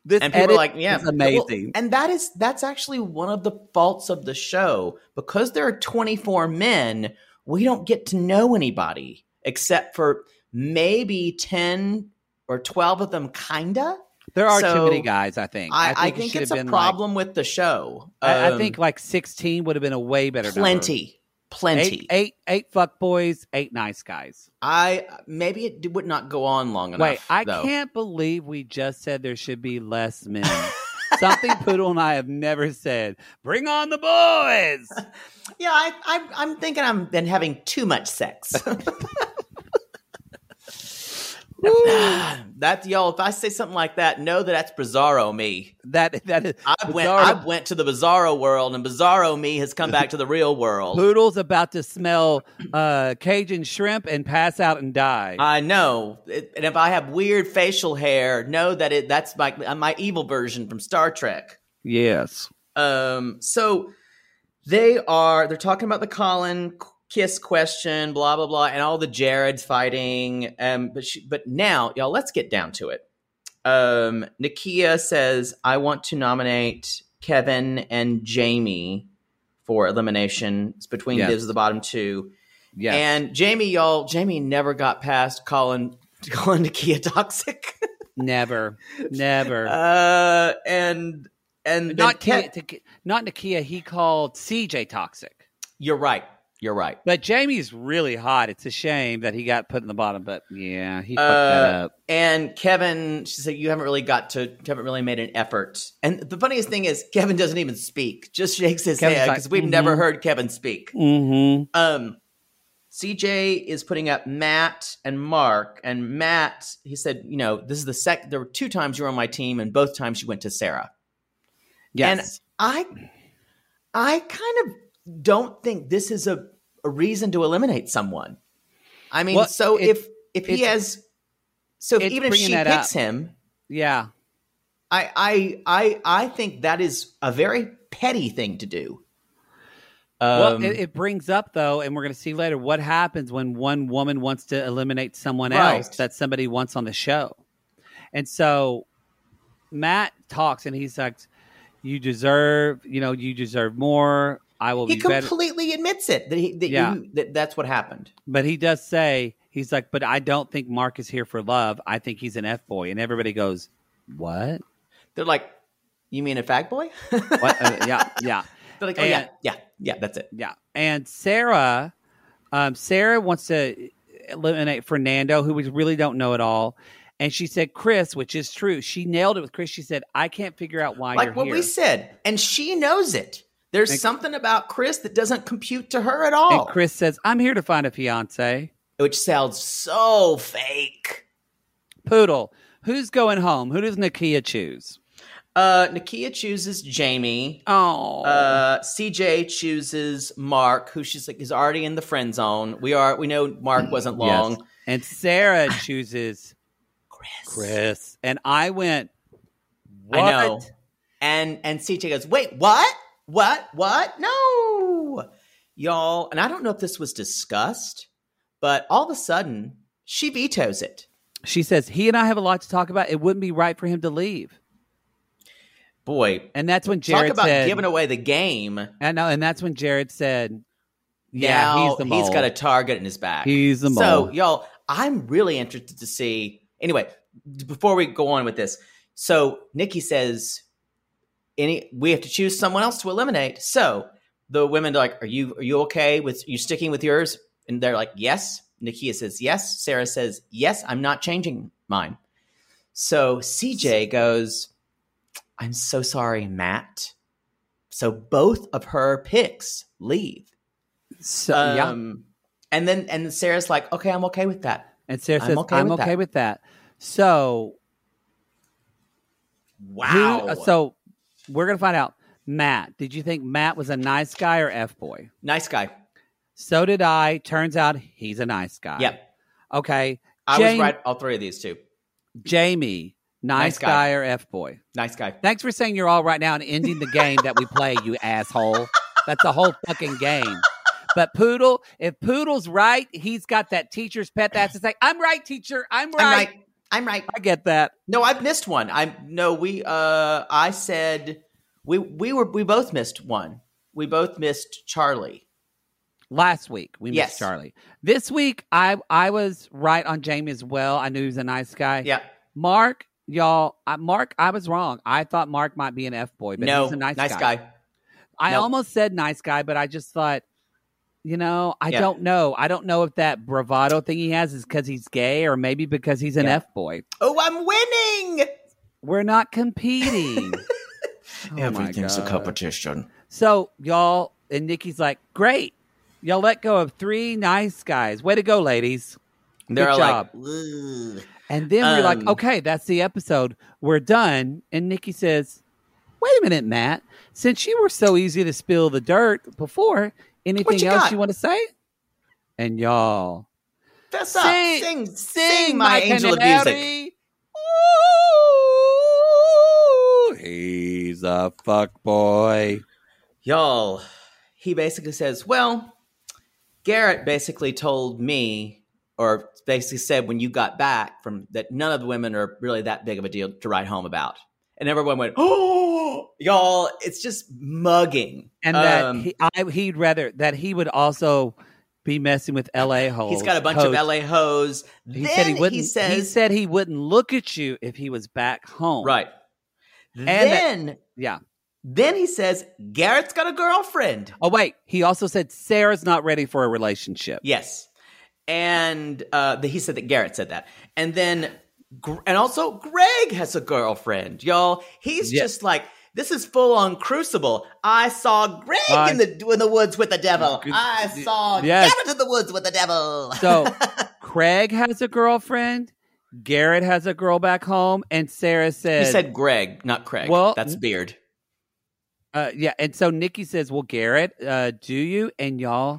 S2: This
S3: and people
S2: edit
S3: are like, yeah,
S2: is amazing.
S3: Well, and that is that's actually one of the faults of the show because there are 24 men. We don't get to know anybody except for maybe 10 or 12 of them, kinda.
S2: There are
S3: So,
S2: too many guys. I think.
S3: I, I
S2: it
S3: think,
S2: should
S3: it's
S2: have
S3: a
S2: been,
S3: problem with the show.
S2: Like, I, I
S3: Um,
S2: think like sixteen would have been a way better. number.
S3: plenty, plenty.
S2: Eight, eight, eight fuck boys, eight nice guys.
S3: I maybe it would not go on long enough.
S2: Wait, I
S3: though.
S2: can't believe we just said there should be less men. Something Poodle and I have never said. Bring on the boys.
S3: Yeah, I, I, I'm thinking I've been having too much sex.
S2: (laughs)
S3: that's y'all. If I say something like that, know that that's Bizarro me.
S2: That that is
S3: I went.
S2: Bizarro-
S3: I went to the Bizarro world, and Bizarro me has come back to the real world.
S2: Poodle's about to smell uh, Cajun shrimp and pass out and die.
S3: I know. It- and if I have weird facial hair, know that it that's my my evil version from Star Trek.
S2: yes.
S3: Um, so they are they're talking about the Colin kiss question, blah blah blah, and all the Jareds fighting. Um, but she, but now y'all, let's get down to it. Um, Nakia says, "I want to nominate Kevin and Jamie for elimination. It's between
S2: Yes.
S3: those are the bottom two.
S2: Yes.
S3: And Jamie, y'all, Jamie never got past Colin." (laughs) Colin Nakia toxic,
S2: never, never.
S3: uh, and and then
S2: not
S3: Kev-
S2: Kia, to, not Nakia. He called CJ toxic.
S3: You're right. You're right.
S2: But Jamie's really hot. It's a shame that he got put in the bottom. But yeah, he fucked that
S3: Uh,
S2: up.
S3: and Kevin, she said, you haven't really got to, you haven't really made an effort. And the funniest thing is, Kevin doesn't even speak; just shakes his
S2: Kevin's
S3: head
S2: like, "Mm-hmm."
S3: because we've never
S2: mhm.
S3: heard Kevin speak.
S2: Mm-hmm.
S3: Um, CJ is putting up Matt and Mark, and Matt, he said, you know, this is the sec. There were two times you were on my team, and both times you went to Sarah.
S2: Yes.
S3: And I I kind of don't think this is a, a reason to eliminate someone. I mean,
S2: Well,
S3: so
S2: it-
S3: if if he
S2: it's-
S3: has so if,
S2: it's
S3: even if
S2: bringing
S3: she
S2: that
S3: picks
S2: up.
S3: him,
S2: yeah.
S3: I I I I think that is a very petty thing to do.
S2: Well,
S3: Um,
S2: it, it brings up though, and we're going to see later what happens when one woman wants to eliminate someone
S3: Right.
S2: else that somebody wants on the show. And so Matt talks, and he's like, "You deserve, you know, you deserve more. I will
S3: he
S2: be better."
S3: completely admits it that he, that,
S2: Yeah.
S3: you, that that's what happened.
S2: But he does say he's like, "But I don't think Mark is here for love. I think he's an f boy." And everybody goes, "What?
S3: They're like, you mean a fag boy? (laughs)
S2: What? Uh, yeah, yeah."
S3: They're like, oh
S2: And-
S3: yeah, yeah, yeah. That's it.
S2: Yeah. And Sarah, um, Sarah wants to eliminate Fernando, who we really don't know at all. And she said Chris, which is true. She nailed it with Chris. She said, I can't figure out why
S3: like
S2: you're
S3: what
S2: here.
S3: we said, and she knows it. There's
S2: And-
S3: something about Chris that doesn't compute to her at
S2: and
S3: all,
S2: Chris says, I'm here to find a fiance.
S3: which sounds so fake.
S2: Poodle, who's going home? Who does Nakia choose?
S3: Uh, Nakia chooses Jamie.
S2: Oh.
S3: Uh, CJ chooses Mark, who she's like is already in the friend zone. We are we know Mark
S2: Mm-hmm.
S3: wasn't long.
S2: And Sarah chooses Chris. Chris. And I went, what?
S3: I know. And and CJ goes, wait, what? What? What? No. Y'all, and I don't know if this was discussed, but all of a sudden she vetoes it.
S2: She says, he and I have a lot to talk about. It wouldn't be right for him to leave.
S3: Boy,
S2: And that's when Jared
S3: talk about
S2: said,
S3: giving away the game.
S2: I know, and that's when Jared said, "Yeah,
S3: now
S2: he's the mole.
S3: he's got a target in his back.
S2: He's the
S3: So,
S2: mole.
S3: y'all, I'm really interested to see. Anyway, d- before we go on with this, so Nikki says, "Any, we have to choose someone else to eliminate." So the women are like, "Are you are you okay with you sticking with yours?" And they're like, "Yes." Nikia says, "Yes." Sarah says, "Yes." I'm not changing mine. So CJ goes, "I'm so sorry, Matt." So both of her picks leave.
S2: so, yeah."
S3: Um, And then and Sarah's like, okay, I'm okay with that.
S2: And Sarah
S3: I'm
S2: says,
S3: okay
S2: "I'm
S3: with
S2: okay
S3: that."
S2: with that." So, who- uh, so we're gonna find out. Matt, did you think Matt was a nice guy or f boy?
S3: nice guy.
S2: So did I. Turns out he's a nice guy.
S3: Yep.
S2: Okay.
S3: I was
S2: Jam-
S3: right. All three of these too.
S2: Jamie, nice,
S3: Nice
S2: guy.
S3: guy.
S2: or f boy?
S3: Nice guy.
S2: Thanks for saying you're all right now and ending the game that we play, you asshole. That's the whole fucking game. But Poodle, if Poodle's right, he's got that teacher's pet that's to say, I'm right, teacher. I'm right.
S3: I'm right. I'm right.
S2: I get that.
S3: No, I've missed one. I no. We uh, I said we we were we both missed one. We both missed Charlie.
S2: Last week we
S3: Yes.
S2: missed Charlie. This week I I was right on Jamie as well. I knew he was a nice guy.
S3: Yeah.
S2: Mark, y'all, I, Mark, I was wrong. I thought Mark might be an f boy, but
S3: no.
S2: he's a nice,
S3: guy.
S2: I
S3: No.
S2: almost said nice guy, but I just thought, you know, I
S3: Yeah.
S2: don't know. I don't know if that bravado thing he has is because he's gay or maybe because he's an
S3: Yeah.
S2: F boy.
S3: Oh, I'm winning.
S2: We're
S3: (laughs)
S2: not competing. Oh my God.
S3: competition.
S2: So, y'all, and Nikki's like, great. Y'all let go of three nice guys. Way to go, ladies.
S3: They're
S2: Good
S3: like,
S2: job. And then we're like,
S3: Um,
S2: okay, that's the episode. We're done. And Nikki says, wait a minute, Matt. Since you were so easy to spill the dirt before, anything
S3: you
S2: else
S3: got?
S2: you want to say? And y'all,
S3: that's up. Sing,
S2: Sing-
S3: sing, my, angel of music.
S2: canary. Ooh, he's a fuck boy.
S3: y'all he basically says well garrett basically told me or basically said when you got back from that none of the women are really that big of a deal to write home about and everyone went (gasps) oh y'all it's just mugging
S2: and that
S3: Um,
S2: he, I, he'd rather that he would also be messing with LA hoes.
S3: he's got a bunch of
S2: hoes.
S3: la hoes
S2: He
S3: then
S2: said he wouldn't.
S3: he says
S2: said he wouldn't look at you if he was back home.
S3: right
S2: that-
S3: then
S2: Yeah.
S3: then he says garrett's got a girlfriend
S2: Oh wait. He also said Sarah's not ready for a relationship.
S3: Yes, and uh, the, he said that Garrett said that, and then Gr- and also Greg has a girlfriend, y'all. He's
S2: Yeah.
S3: just like
S6: This is full on crucible. I saw Greg
S2: I-
S6: in the in the woods with the devil. I saw
S2: Yes.
S6: Gavin in the woods with the devil. (laughs)
S2: So Craig has a girlfriend, Garrett has a girl back home, and Sarah
S6: you
S2: says,
S6: said Greg, not Craig.
S2: Well-
S6: that's beard.
S2: uh, "Yeah." And so Nikki says, "Well, Garrett, uh, do you?" And y'all,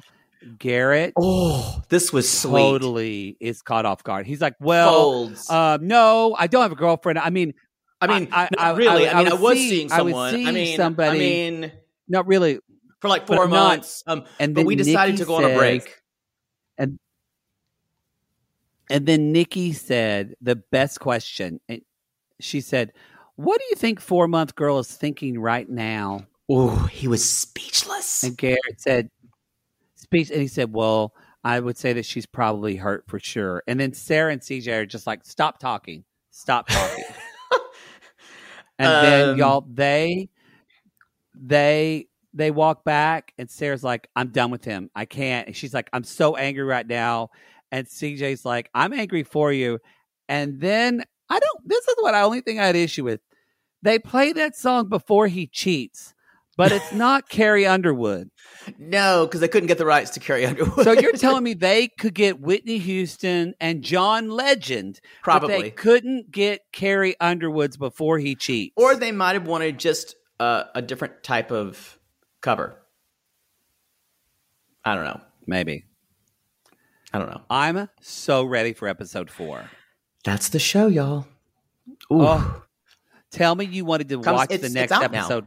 S2: Garrett
S6: Oh, this was sweet.
S2: totally is caught off guard. He's like, "Well,
S6: Folds.
S2: um, no, I don't have a girlfriend. I mean,
S6: I mean,
S2: I- I-
S6: not really.
S2: I-
S6: I,
S2: I
S6: mean, I
S2: was
S6: was
S2: seeing-
S6: seeing
S2: I was
S6: someone. I,
S2: seeing
S6: mean,
S2: somebody-
S6: I mean,
S2: not really."
S6: for like
S2: But
S6: four
S2: I'm not.
S6: months. um,
S2: And
S6: but
S2: then
S6: we decided
S2: Nikki
S6: to go on a
S2: says-
S6: break.
S2: And then Nikki said the best question. And she said, "What do you think four month girl is thinking right now?"
S6: Oh, he was speechless.
S2: And Garrett said, speaks, and he said, Well, I would say that she's probably hurt for sure. And then Sarah and CJ are just like, Stop talking, stop talking. and then
S6: Um,
S2: y'all, they, they, they walk back, and Sarah's like, I'm done with him. I can't. And she's like, I'm so angry right now. And CJ's like, I'm angry for you. And then I don't, this is what I only thing I had issue with. They play that song before he cheats but it's not Carrie Underwood.
S6: No, because they couldn't get the rights to Carrie Underwood.
S2: So
S6: (laughs)
S2: you're telling me they could get Whitney Houston and John Legend, but they
S6: probably,
S2: couldn't get Carrie Underwood's before he cheats.
S6: or they might have wanted just uh, a different type of cover. I don't know.
S2: maybe
S6: I don't know.
S2: I'm so ready for episode four.
S6: That's the show, y'all. Ooh.
S2: Oh, tell me you wanted to
S6: Comes-
S2: watch the
S6: it's-
S2: next
S6: it's out now.
S2: episode.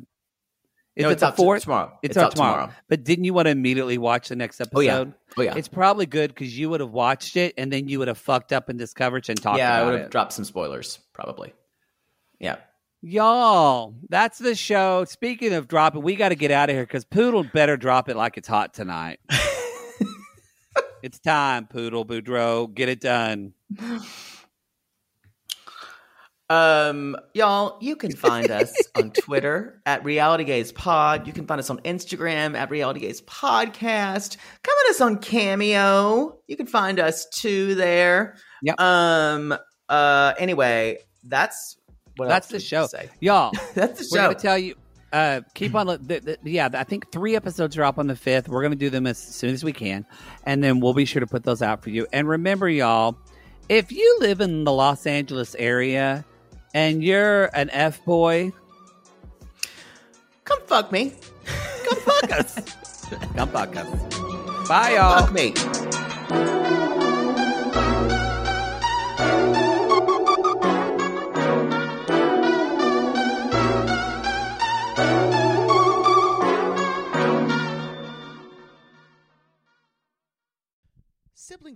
S2: Is
S6: No,
S2: it
S6: it's
S2: the
S6: out t-
S2: fourth?
S6: tomorrow.
S2: It's,
S6: It's
S2: out,
S6: out
S2: tomorrow.
S6: tomorrow.
S2: But didn't you want to immediately watch the next episode?
S6: Oh, yeah. Oh, yeah.
S2: It's probably good because you would have watched it and then you would have fucked up in this coverage and talked
S6: yeah, I
S2: about
S6: would have
S2: it.
S6: dropped some spoilers probably. Yeah.
S2: Y'all, that's the show. Speaking of dropping, we got to get out of here because Poodle better drop it like it's hot tonight. it's time, Poodle Boudreaux. Get it done.
S6: Um, y'all, you can
S2: (laughs)
S6: find us on Twitter at Reality Gaze Pod. You can find us on Instagram at Reality Gaze Podcast. Come at us on Cameo. You can find us too there.
S2: Yep.
S6: Um. Uh. Anyway, that's what
S2: That's
S6: else
S2: the
S6: we
S2: show.
S6: can say.
S2: Y'all,
S6: That's the
S2: we're
S6: show.
S2: going to tell you. Uh, keep on. li- Th- th- yeah, I think three episodes are up on the fifth. We're going to do them as soon as we can, and then we'll be sure to put those out for you. And remember, y'all, if you live in the Los Angeles area and you're an f boy,
S6: Come fuck me. Come fuck us.
S2: come fuck us. Bye, y'all.
S6: Fuck me.
S3: Sibling